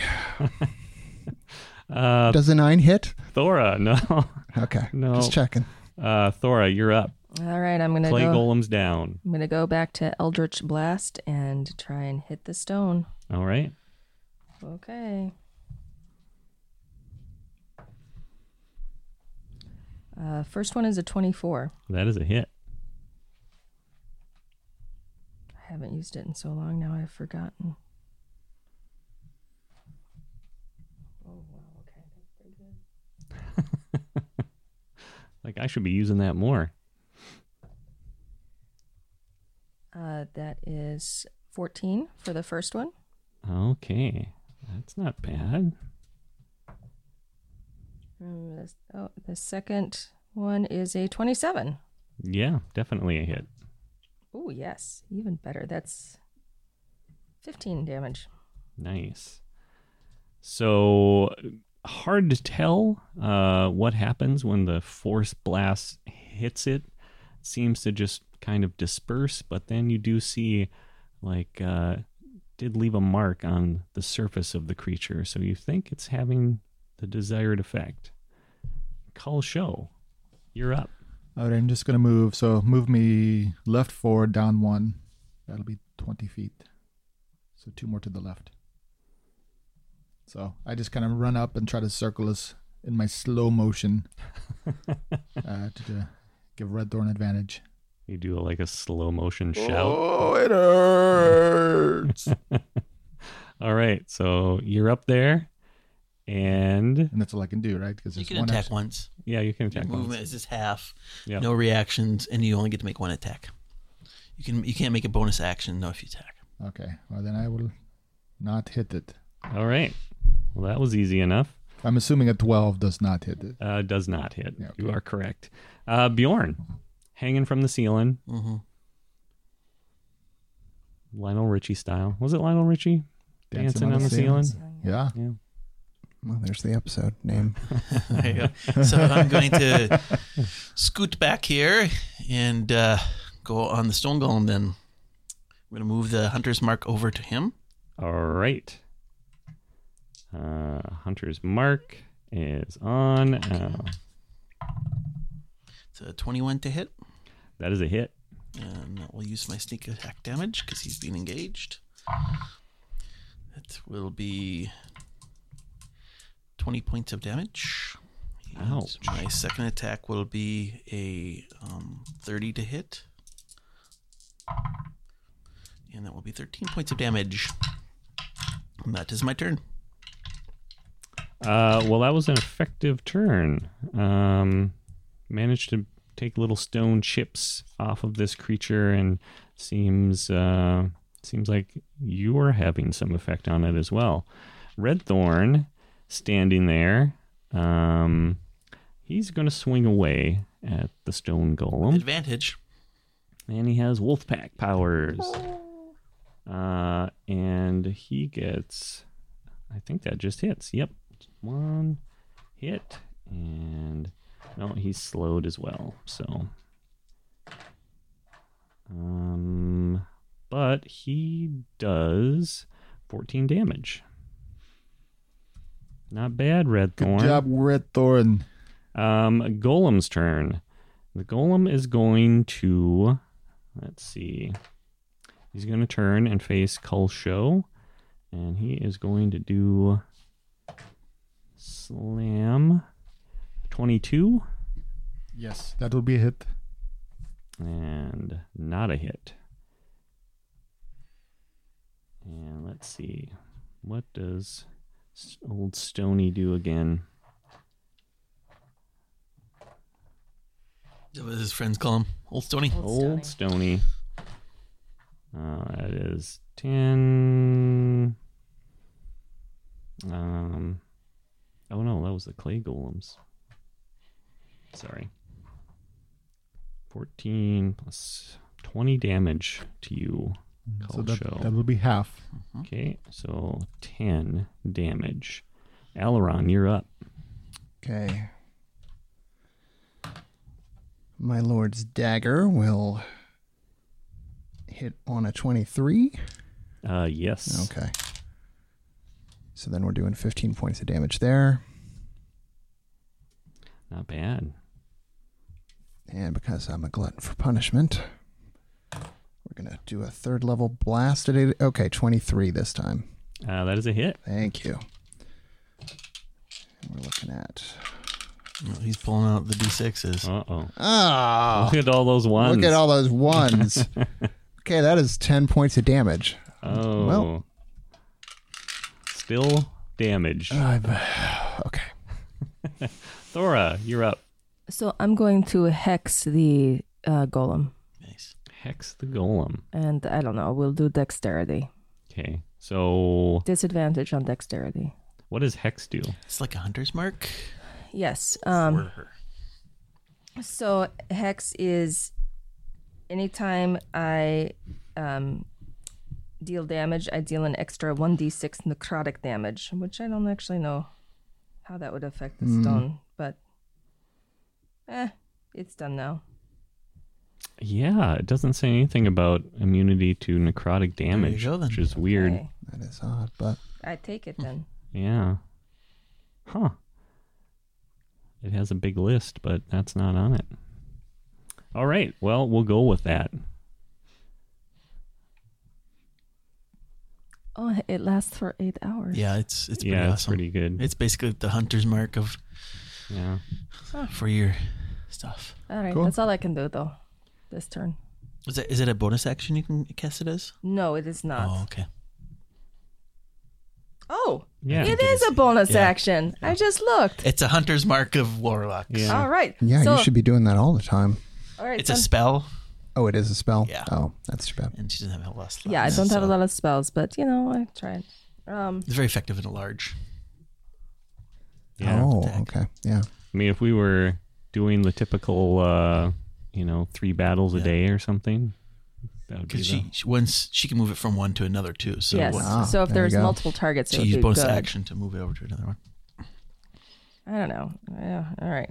B: Uh,
E: Does a nine hit?
B: Thora, no.
E: Okay.
B: No.
E: Just checking.
B: Uh, Thora, you're up.
C: All right, I'm gonna
B: Clay
C: go.
B: Golem's down.
C: I'm gonna go back to Eldritch Blast and try and hit the stone.
B: All right.
C: Okay. Uh, first one is a 24.
B: That is a hit.
C: I haven't used it in so long now, I've forgotten.
B: Like, I should be using that more.
C: Uh, that is 14 for the first one.
B: Okay. That's not bad.
C: Mm, this- oh, the second one is a 27.
B: Yeah, definitely a hit.
C: Oh, yes, even better. That's 15 damage.
B: Nice. So hard to tell uh, what happens when the force blast hits it. It seems to just kind of disperse, but then you do see like uh, did leave a mark on the surface of the creature, so you think it's having the desired effect. Call show. You're up.
D: All right, I'm just gonna move. So move me left forward, down one. That'll be 20 feet. So two more to the left. So I just kind of run up and try to circle us in my slow motion uh, to, to give Red Thorn advantage.
B: You do like a slow motion shout.
D: Oh, it hurts!
B: All right, so you're up there, and
D: and that's all I can do, right? Because
F: You can attack once.
B: yeah, you can attack.
F: Your movement
B: once.
F: is just half.
B: Yeah.
F: No reactions, and you only get to make one attack. You can you can't make a bonus action though if you attack.
D: Okay, well then I will not hit it.
B: All right. Well, that was easy enough.
D: I'm assuming a 12 does not hit it.
B: Uh, does not hit.
D: Yeah,
B: You are correct. Uh, Bjorn, hanging from the ceiling,
F: Mm-hmm.
B: Lionel Richie style. Was it Lionel Richie dancing, on, the, ceiling?
D: Yeah.
B: Yeah.
E: Well, there's the episode name.
F: There you go. so I'm going to scoot back here and uh, go on the stone golem. Then I'm going to move the hunter's mark over to him.
B: All right. Uh, Hunter's mark is on. Uh,
F: It's a 21 to hit,
B: that is a hit.
F: and that will use my sneak attack damage because he's been engaged. That will be 20 points of damage. And
B: Ouch.
F: My second attack will be a um, 30 to hit. And that will be 13 points of damage. And that is my turn.
B: Uh, well, that was an effective turn. Um, managed to take little stone chips off of this creature, and seems uh, seems like you are having some effect on it as well. Red Thorn standing there. Um, he's going to swing away at the stone golem.
F: Advantage.
B: And he has Wolfpack powers. Uh, and he gets. I think that just hits. Yep. One hit. And. No, he's slowed as well. So. Um. But he does 14 damage. Not bad, Red
D: Good
B: Thorn.
D: job, Red Thorn.
B: Um, Golem's turn. The Golem is going to. Let's see. He's going to turn and face Cull Show. And he is going to do. Slam 22.
D: Yes, that would be a hit.
B: and not a hit. And let's see, what does s- old Stony do again?
F: Is that What his friends call him Old Stony.
B: Oh. Old Stony. Uh, that is 10. Um, oh no, that was the clay golems. Sorry. 14 plus 20 damage to you,
D: Mm, So
B: Cult
D: that,
B: Show.
D: that would be half.
B: Okay, so 10 damage. Aileron, you're up.
E: Okay. My lord's dagger will hit on a 23.
B: Uh, yes.
E: Okay. So then we're doing 15 points of damage there.
B: Not bad.
E: And because I'm a glutton for punishment, we're going to do a third level blast at it. Okay, 23 this time.
B: Uh, that is a hit.
E: Thank you. And we're looking at.
F: Oh, He's pulling out the d6s.
B: Uh oh.
E: Ah!
B: Look at all those ones.
E: Look at all those ones. okay, that is 10 points of damage.
B: Oh.
E: Well.
B: Still damaged.
E: Uh. Okay.
B: Thora, you're up.
C: So I'm going to hex the uh, golem,
F: Nice.
B: Hex the golem.
C: and I don't know. We'll do dexterity
B: Okay. So,
C: disadvantage on dexterity.
B: what does hex do?
F: It's like a hunter's mark.
C: Yes. Um,
F: for her.
C: So hex is anytime I um, deal damage, I deal an extra one d six necrotic damage, which I don't actually know how that would affect
E: Mm.
C: the stone, but eh, it's done now.
B: Yeah, it doesn't say anything about immunity to necrotic damage,
F: go then.
B: which is weird.
C: Okay.
E: That is odd, but
C: I take it then.
B: Yeah. Huh. It has a big list, but that's not on it. All right. Well, we'll go with that.
C: Oh, it lasts for eight hours.
F: Yeah, it's it's pretty
B: yeah, it's
F: awesome.
B: pretty good.
F: It's basically the hunter's mark of
B: yeah.
F: for your stuff.
C: All right,
D: Cool.
C: that's all I can do though, this turn.
F: Is it is it a bonus action you can cast it as?
C: No, it is not.
F: Oh,
C: Oh,
F: okay.
B: Yeah.
C: it is a bonus
F: Yeah.
C: action. I just looked.
F: It's a hunter's mark of warlocks.
B: Yeah.
C: All right.
E: yeah,
C: so,
E: you should be doing that all the time.
C: All right,
F: It's a
C: so-
F: spell,
E: Oh, it is a spell?
F: Yeah.
E: Oh, that's too bad.
F: and she doesn't have a lot. of slots,
C: Yeah, I don't have a
F: so
C: lot of spells, but you know, I tried. Um,
F: It's very effective in a large.
B: Yeah.
E: Oh,
F: Attack.
E: okay. Yeah.
B: I mean, if we were doing the typical, uh, you know, three battles a day or something, that would be the,
F: Because she, she once she can move it from one to another too. So
C: yes.
F: once-
E: Ah,
C: so if
E: there you
C: there's
E: go.
C: multiple targets, it
F: she
C: would
F: used
C: be
F: bonus
C: good.
F: action to move it over to another one.
C: I don't know. Yeah. All right.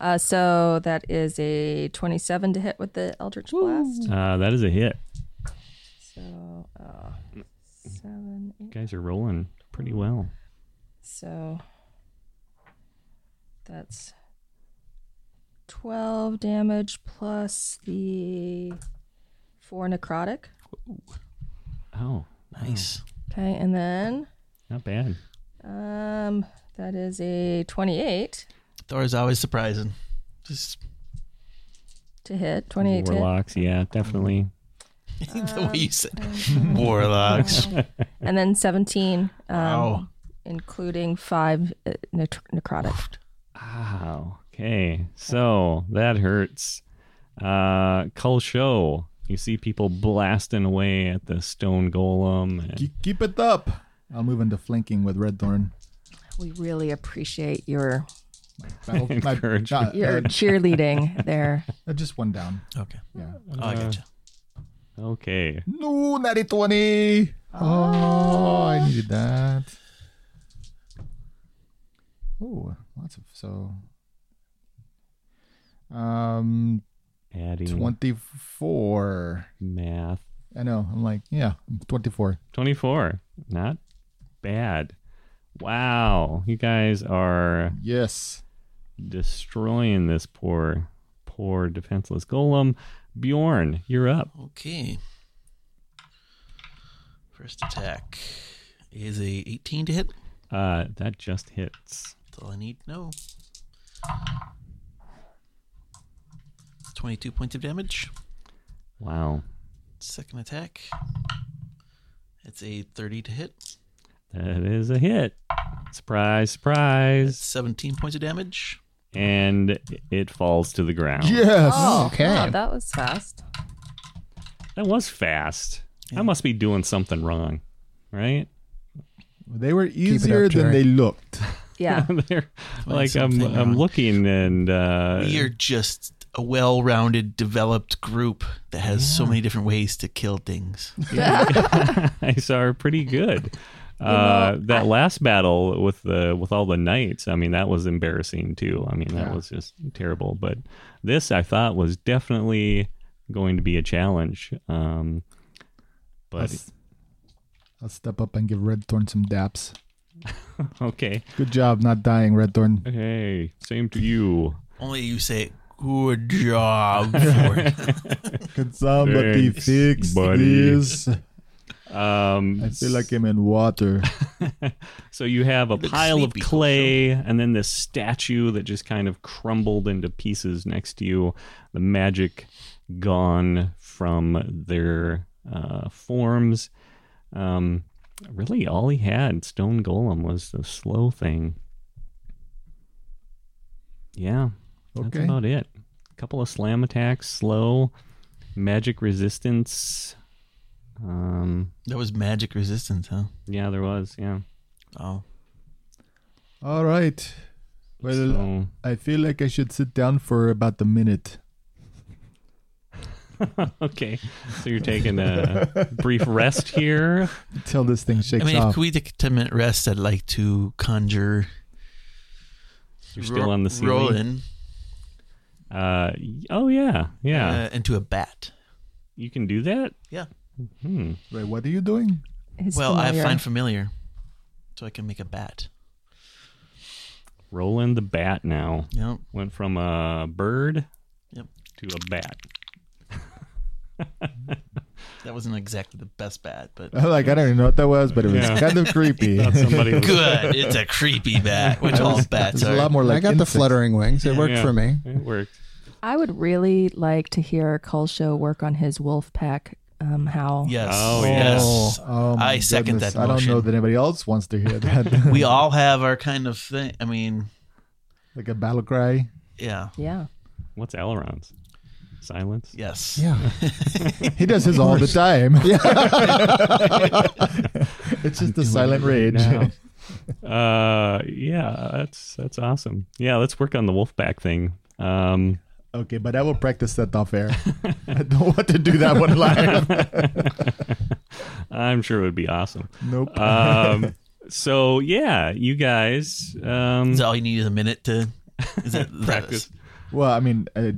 C: Uh, so that is a 27 to hit with the Eldritch Blast.
B: uh, that is a hit.
C: So uh, seven,
B: You
C: eight.
B: guys are rolling pretty well.
C: So that's 12 damage plus the four necrotic.
B: Oh,
F: Nice.
C: Okay, and then
B: not bad.
C: um, that is a 28
F: Thor's always surprising. Just
C: to hit. 28 to hit.
B: Warlocks, yeah, definitely.
F: the
C: Um,
F: way you said warlocks.
C: and then 17 um,
F: Wow.
C: including 5 uh, nec- necrotic
B: Wow. Ah, Okay, so that hurts. Uh, Cull show. You see people blasting away at the stone golem. And,
D: Keep, keep it up. I'll move into flanking with Red Thorn.
C: we really appreciate your
D: Battle,
B: Encourage.
D: uh,
C: your cheerleading there
D: uh, just one down.
F: okay.
B: Uh,
D: Yeah.
F: Oh, I gotcha.
B: okay,
D: No, not a 20. Oh, I needed that. Oh, lots of. So. Um,
B: adding
D: 24.
B: math.
D: I know. I'm like, yeah, I'm 24.
B: 24. Not bad. Wow. You guys are
D: Yes.
B: destroying this poor, poor defenseless golem. Bjorn, you're up.
F: Okay. First attack is a 18 to hit.
B: Uh, that just hits.
F: That's all I need to know. 22 points of damage.
B: Wow.
F: Second attack. It's a 30 to hit.
B: That is a hit. Surprise, surprise.
F: It's 17 points of damage.
B: And it falls to the ground.
D: Yes.
E: okay.
C: Wow, that was fast.
B: That was fast. I must be doing something wrong, right?
D: They were easier than
E: Jerry.
D: they looked.
C: Yeah.
B: They're- like I'm,
F: something
B: I'm
F: wrong.
B: looking and uh,
F: we are just a well-rounded, developed group that has so many different ways to kill things.
B: guys are pretty good. Uh, that last battle with the with all the knights, I mean, that was embarrassing too. I mean, that was just terrible. But this, I thought, was definitely going to be a challenge. Um, but
D: I'll step up and give Red Thorn some daps.
B: okay,
D: Good job not dying, Red Thorn.
B: hey, same to you.
F: Only you say good job. For it.
D: Can somebody
B: Thanks,
D: fix
B: buddy.
D: this?
B: Um,
D: I feel like I'm in water.
B: So you have a
F: look
B: pile of
F: sleepy,
B: clay and then this statue that just kind of crumbled into pieces next to you. The magic gone from their uh, forms. Um, really, all he had, Stone Golem, was the slow thing. Yeah, that's
D: Okay.
B: about it. A couple of slam attacks, slow, magic resistance. Um,
F: that was magic resistance, huh?
B: yeah, there was. Yeah.
F: Oh,
D: All right. Well,
B: So-
D: I feel like I should sit down for about a minute.
B: okay, so you're taking a brief rest here.
D: Till this thing shakes
F: I mean,
D: off.
F: if we take a ten-minute rest, I'd like to conjure.
B: You're still on the ceiling.
F: Roland
B: Uh, y- oh yeah, yeah,
F: uh, into a bat.
B: you can do that.
F: Yeah.
B: Hmm.
D: Wait, what are you doing?
C: He's
F: well,
C: familiar.
F: I find familiar, so I can make a bat.
B: Rolling the bat now.
F: Yep.
B: Went from a bird
F: Yep.
B: to a bat.
F: That wasn't exactly the best bat, but
D: I'm like, I don't even know what that was, but it was
B: Yeah.
D: kind of creepy.
B: Thought somebody was-
F: good. It's a creepy bat, which all bats
D: It's a
F: are.
D: lot more like
E: I got
D: insects.
E: the fluttering wings. It worked
B: Yeah,
E: for me.
B: It worked.
G: I would really like to hear Kulsha work on his wolf pack um, howl.
F: Yes.
B: Oh,
F: yes.
D: Oh, my
F: I second
D: goodness.
F: that
D: I don't
F: motion.
D: know that anybody else wants to hear that.
F: we all have our kind of thing. I mean,
D: like a battle cry.
F: yeah.
G: Yeah.
B: What's Aileron's? Silence.
F: Yes.
E: Yeah.
D: He does his all the time. it's just a silent rage.
B: Now. uh, yeah, that's that's awesome. Yeah, let's work on the wolfback thing. Um,
D: Okay, but I will practice that off air. I don't want to do that one live.
B: I'm sure it would be awesome.
D: Nope.
B: Um, so yeah, you guys. Um,
F: Is all you need is a minute to is that,
B: practice.
D: well, I mean, uh,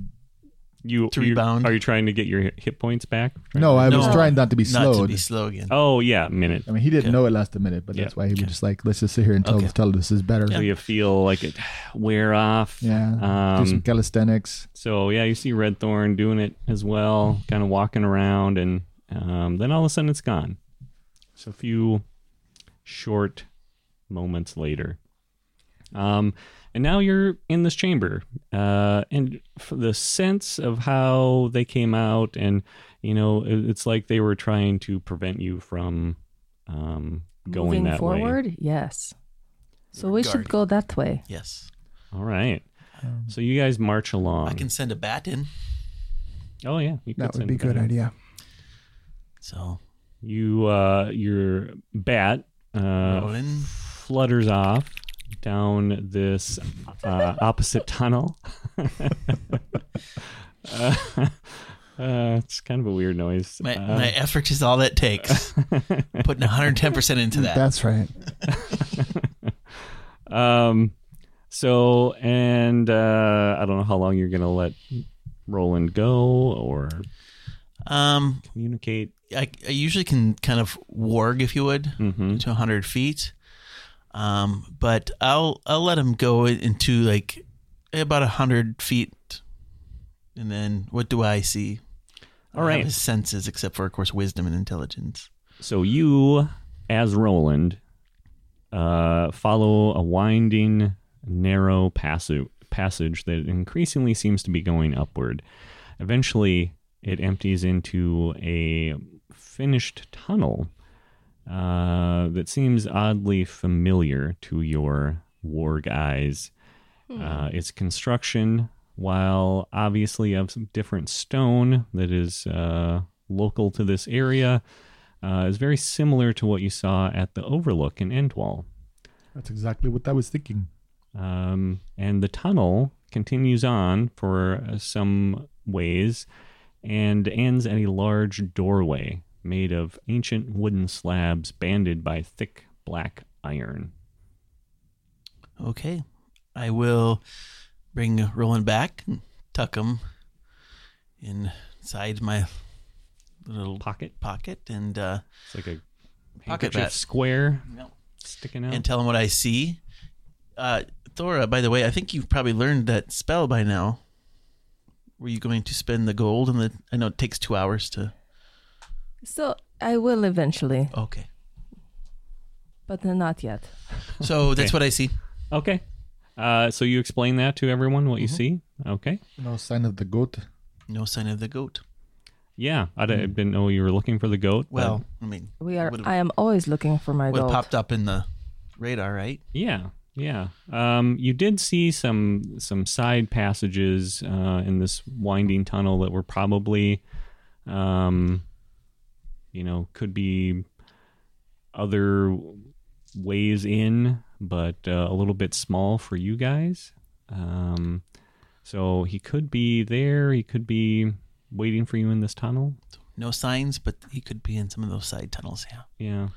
B: You
F: To
B: you-
F: rebound.
B: Are you trying to get your hit points back?
D: no, I was
F: No.
D: trying not to be
F: Not
D: slowed.
F: to be slow again.
B: Oh yeah, minute.
D: I mean, he didn't
F: Okay.
D: know it lasted a minute, but
B: Yeah,
D: that's why he was just like, let's just sit here until
F: Okay.
D: tell this is better.
B: So
D: Yeah.
B: you feel like it wear off.
D: do some
B: Um,
D: calisthenics.
B: so yeah, you see Red Thorn doing it as well, kind of walking around, and um, then all of a sudden it's gone. So a few short moments later, um, and now you're in this chamber, uh, and f the sense of how they came out, and you know, it, it's like they were trying to prevent you from um, going
G: Moving
B: that way.
G: forward? Yes. So we should go that way.
F: Yes.
B: All right.
E: Um,
B: so you guys march along.
F: I can send a bat in.
B: oh yeah, you
E: That
B: could
E: would
B: send
E: be a
B: it
E: good
B: back.
E: idea.
F: So
B: You uh, your bat uh,
F: Roland.
B: flutters off down this uh, opposite tunnel. uh, uh, it's kind of a weird noise.
F: My,
B: Uh,
F: my effort is all that takes. Putting 110% into that.
E: That's right.
B: Um, so, and uh, I don't know how long you're gonna let Roland go or
F: Um,
B: communicate.
F: I, I usually can kind of warg, if you would,
B: Mm-hmm.
F: to 100 feet. Um, but I'll I'll let him go into like about 100 feet. And then what do I see?
B: All
F: I have
B: right.
F: his senses, except for, of course, wisdom and intelligence.
B: So you, as Roland, uh, follow a winding, narrow passage passage that increasingly seems to be going upward. Eventually, it empties into a finished tunnel uh, that seems oddly familiar to your warg eyes. Uh, its construction, while obviously of some different stone that is uh, local to this area, uh, is very similar to what you saw at the Overlook in Endwall.
D: That's exactly what I was thinking.
B: Um, and the tunnel continues on for uh, some ways and ends at a large doorway made of ancient wooden slabs banded by thick black iron.
F: Okay. I will bring Roland back and tuck him inside my little
B: Pocket?
F: pocket and uh,
B: It's like a
F: Pocket
B: handkerchief
F: bat.
B: square sticking out.
F: and tell him what I see. Uh, Thora, by the way, I think you've probably learned that spell by now. Were you going to spend the gold? And the I know it takes two hours to.
C: So I will eventually,
F: Okay,
C: but not yet.
F: so that's what I see.
B: okay. Uh, so you explain that to everyone what you
F: Mm-hmm.
B: see. Okay.
D: No sign of the goat.
F: No sign of the goat.
B: Yeah, I d- I didn't know you were looking for the goat. but-
F: Mm-hmm. Well, I mean,
C: We are.
F: Would've-
C: I am always looking for my
F: what
C: gold.
F: popped up in the radar, right?
B: Yeah, yeah. Um, you did see some some side passages uh, in this winding tunnel that were probably, um, you know, could be other ways in, but uh, a little bit small for you guys. Um, so he could be there. He could be waiting for you in this tunnel.
F: No signs, but he could be in some of those side tunnels. Yeah.
B: Yeah,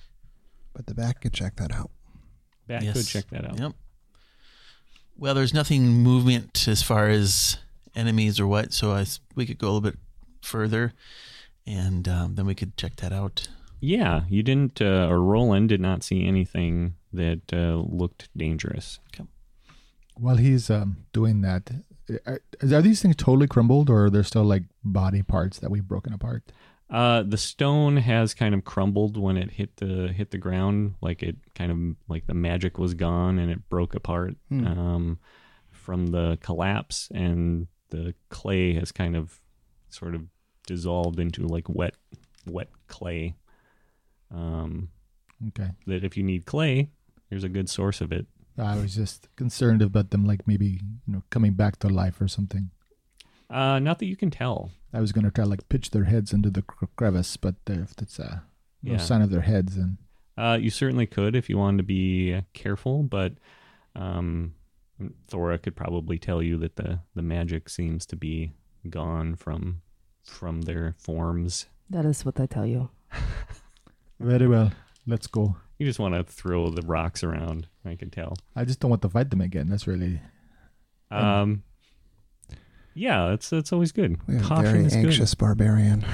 E: But the back could check that out.
B: that could check that out.
F: Yep. Well, there's nothing movement as far as enemies or what, so I s we could go a little bit further, and um, then we could check that out.
B: Yeah, you didn't, uh, or Roland did not see anything that uh, looked dangerous.
D: While he's um, doing that, are, are these things totally crumbled, or are there still like body parts that we've broken apart?
B: Uh, the stone has kind of crumbled when it hit the hit the ground, like it kind of like the magic was gone and it broke apart um, from the collapse, and the clay has kind of sort of dissolved into like wet wet clay. Um,
D: Okay,
B: that if you need clay, here's a good source of it.
D: I was just concerned about them, like maybe you know coming back to life or something.
B: Uh, not that you can tell.
D: I was gonna try like pitch their heads into the cre- crevice, but uh, if that's uh, no
B: Yeah.
D: sign of their heads, then
B: Uh, you certainly could if you wanted to be careful, but um, Thora could probably tell you that the, the magic seems to be gone from from their forms.
G: That is what I tell you.
D: very well. Let's go.
B: You just want to throw the rocks around. I can tell.
D: I just don't want to fight them again. That's really
B: Um, yeah, that's that's always good.
E: We have a
B: Caution
E: very
B: is good.
E: anxious barbarian.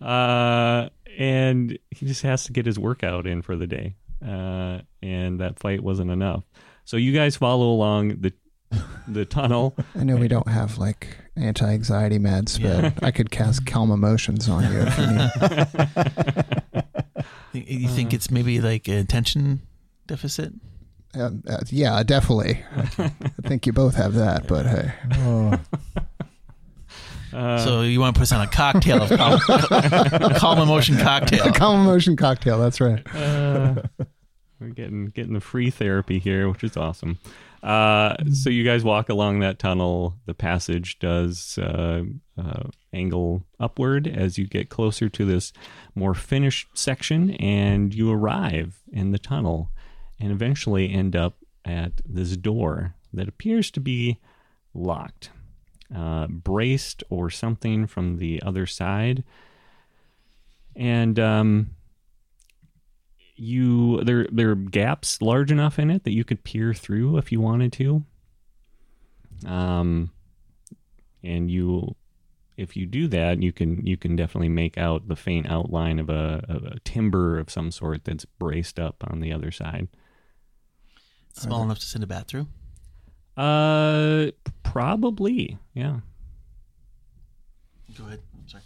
B: Uh, and he just has to get his workout in for the day. Uh, and that fight wasn't enough. So you guys follow along the the tunnel.
E: I know we don't have like anti-anxiety meds, but I could cast calm emotions on you. If you need.
F: You- You think it's maybe like a attention deficit?
E: Um, uh, yeah, definitely. I think you both have that, but hey,
D: oh,
B: Uh.
F: so you want to put us on a cocktail of calm, calm emotion cocktail.
E: calm emotion cocktail. That's right.
B: Uh, we're getting getting the free therapy here, which is awesome. Uh, so you guys walk along that tunnel. The passage does uh, uh, angle upward as you get closer to this more finished section, and you arrive in the tunnel, and eventually end up at this door that appears to be locked, uh, braced or something from the other side, and um, you there there are gaps large enough in it that you could peer through if you wanted to. Um, and you, if you do that, you can you can definitely make out the faint outline of a, of a timber of some sort that's braced up on the other side.
F: Small enough to send a bat through.
B: Uh, probably, yeah.
F: Go ahead. I'm sorry.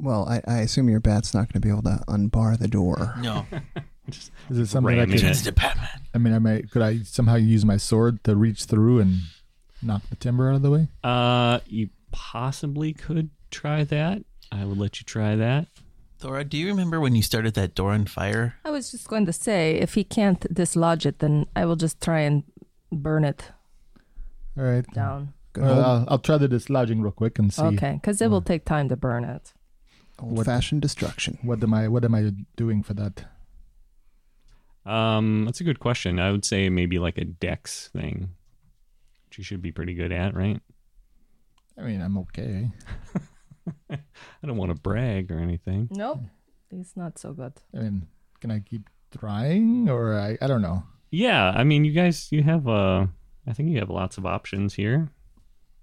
E: Well, I, I assume your bat's not going to be able to unbar the door.
F: No,
D: is it something I
B: Ramming
D: can?
B: it.
F: it's the Batman.
D: I mean, I might could I somehow use my sword to reach through and knock the timber out of the way.
B: Uh, you possibly could try that. I would let you try that.
F: Thora, do you remember when you started that door on fire?
C: I was just going to say, if he can't dislodge it, then I will just try and burn it
D: All right.
F: Mm.
C: down.
E: Good
D: Well, uh,
E: old,
D: I'll, I'll try the dislodging real quick and see
C: Okay, because it will
F: Mm.
C: take time to burn it.
E: old-fashioned destruction.
D: what am I what am I doing for that.
B: Um, that's a good question. I would say maybe like a dex thing, which you should be pretty good at, right?
D: I mean, I'm okay.
B: I don't want to brag or anything.
C: Nope, Mm. it's not so good.
D: I mean, can I keep trying or I, I don't know.
B: Yeah, I mean, you guys, you have uh, I think you have lots of options here.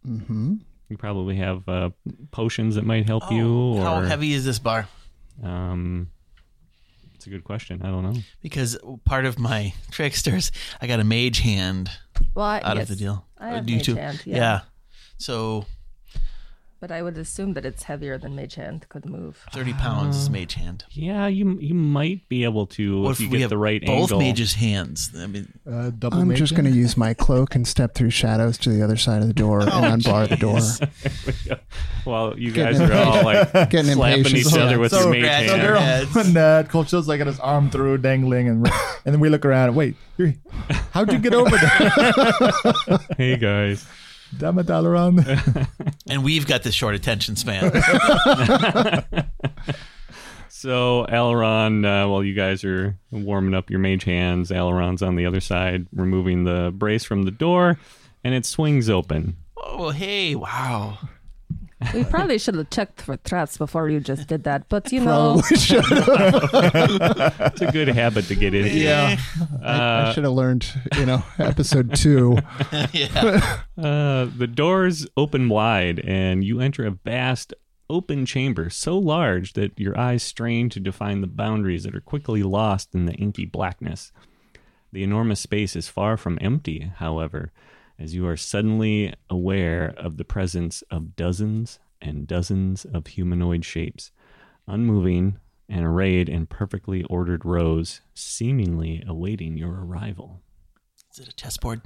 E: Mm-hmm.
B: You probably have uh, potions that might help you. Or,
F: Oh, How heavy is this bar?
B: Um, it's a good question. I don't know.
F: Because part of my tricksters, I got a mage hand
C: Well, I,
F: out of
C: yes,
F: the deal.
C: I
F: Uh,
C: have
F: do you
C: mage
F: too?
C: hand, yeah.
F: So
C: But I would assume that it's heavier than Mage Hand could move.
F: 30 pounds is mage hand.
B: Yeah, you you might be able to
F: What
B: Ah. if you get the right
F: both
B: angle.
F: mages' hands? I mean,
D: Uh, double
E: I'm just
D: mage
E: going to use my cloak and step through shadows to the other side of the door
B: Oh,
F: oh,
E: and unbar the door.
B: well, you guys
E: Getting
B: are all like
E: Getting
B: slapping
E: impatient.
B: each other with
D: So
B: your mage
F: grad-
D: So they're
B: hand.
F: Yes.
D: all on that. Colcho's like got his arm through, dangling, and and then we look around. Wait, you're, how'd you get over there?
B: Hey guys.
D: Damn it, Alaron.
F: and we've got this short attention span.
B: So Elron, uh, while you guys are warming up your mage hands, Elron's on the other side removing the brace from the door, and it swings open.
F: oh, hey, wow.
C: We probably should have checked for traps before you just did that, but you know,
B: It's a good habit to get into.
E: Yeah. I, I should have learned, you know, episode two.
B: Uh, the doors open wide, and you enter a vast open chamber so large that your eyes strain to define the boundaries that are quickly lost in the inky blackness. The enormous space is far from empty, however, as you are suddenly aware of the presence of dozens and dozens of humanoid shapes, unmoving and arrayed in perfectly ordered rows, seemingly awaiting your arrival.
F: Is it a chessboard?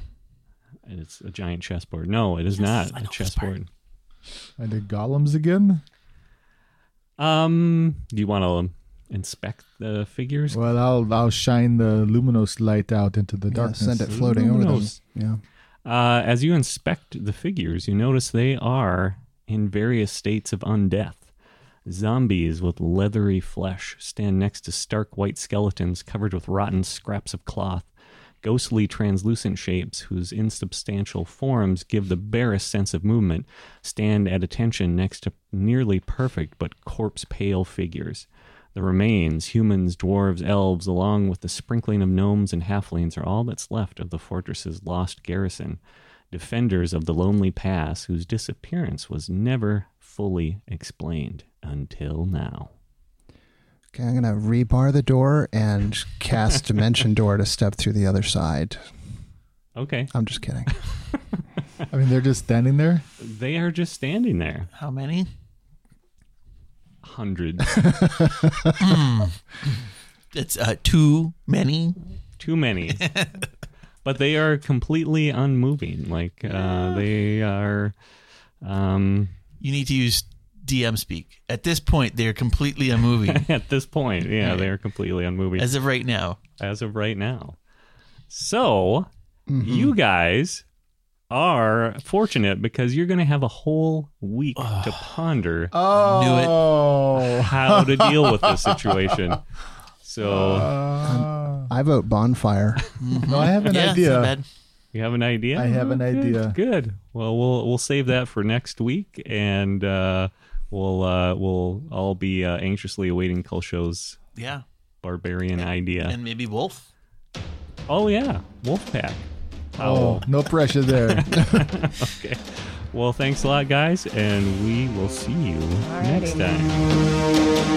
B: It's a giant chessboard. No, it is
F: Yes,
B: not
F: I
B: a
F: know this part.
B: chessboard.
D: Are they golems again?
B: Um, do you want to inspect the figures?
D: Well, I'll I'll shine the luminous light out into the
E: Yeah,
D: darkness.
E: send it floating over them.
B: knows?
E: Yeah.
B: Uh, as you inspect the figures, you notice they are in various states of undeath. Zombies with leathery flesh stand next to stark white skeletons covered with rotten scraps of cloth, ghostly translucent shapes whose insubstantial forms give the barest sense of movement, stand at attention next to nearly perfect but corpse pale figures. The remains, humans, dwarves, elves, along with the sprinkling of gnomes and halflings, are all that's left of the fortress's lost garrison, defenders of the lonely pass whose disappearance was never fully explained until now.
E: Okay, I'm gonna rebar the door and cast dimension door to step through the other side.
B: Okay.
E: I'm just kidding.
D: I mean, they're just standing there.
B: They are just standing there.
F: How many?
B: Hundreds.
F: It's uh, too many.
B: Too many. but they are completely unmoving. Like, uh, they are. Um,
F: You need to use DM speak. At this point, they're completely a movie.
B: at this point, yeah, they are completely unmoving.
F: As of right now,
B: as of right now. So,
D: Mm-hmm.
B: you guys are fortunate because you're going to have a whole week to ponder
D: Oh,
B: how to deal with this situation. So,
D: Uh,
E: I vote bonfire.
D: no, I have an
F: yeah, it's not
D: idea.
F: bad.
B: you have an idea?
D: I have an
B: Oh, good,
D: idea.
B: Good. Well, we'll we'll save that for next week and uh We'll uh, we'll all be uh, anxiously awaiting Kulshow's
F: Yeah,
B: barbarian idea.
F: and maybe Wolf.
B: oh yeah, Wolfpack.
D: Oh, no pressure there.
B: Okay. Well, thanks a lot, guys, and we will see you next time.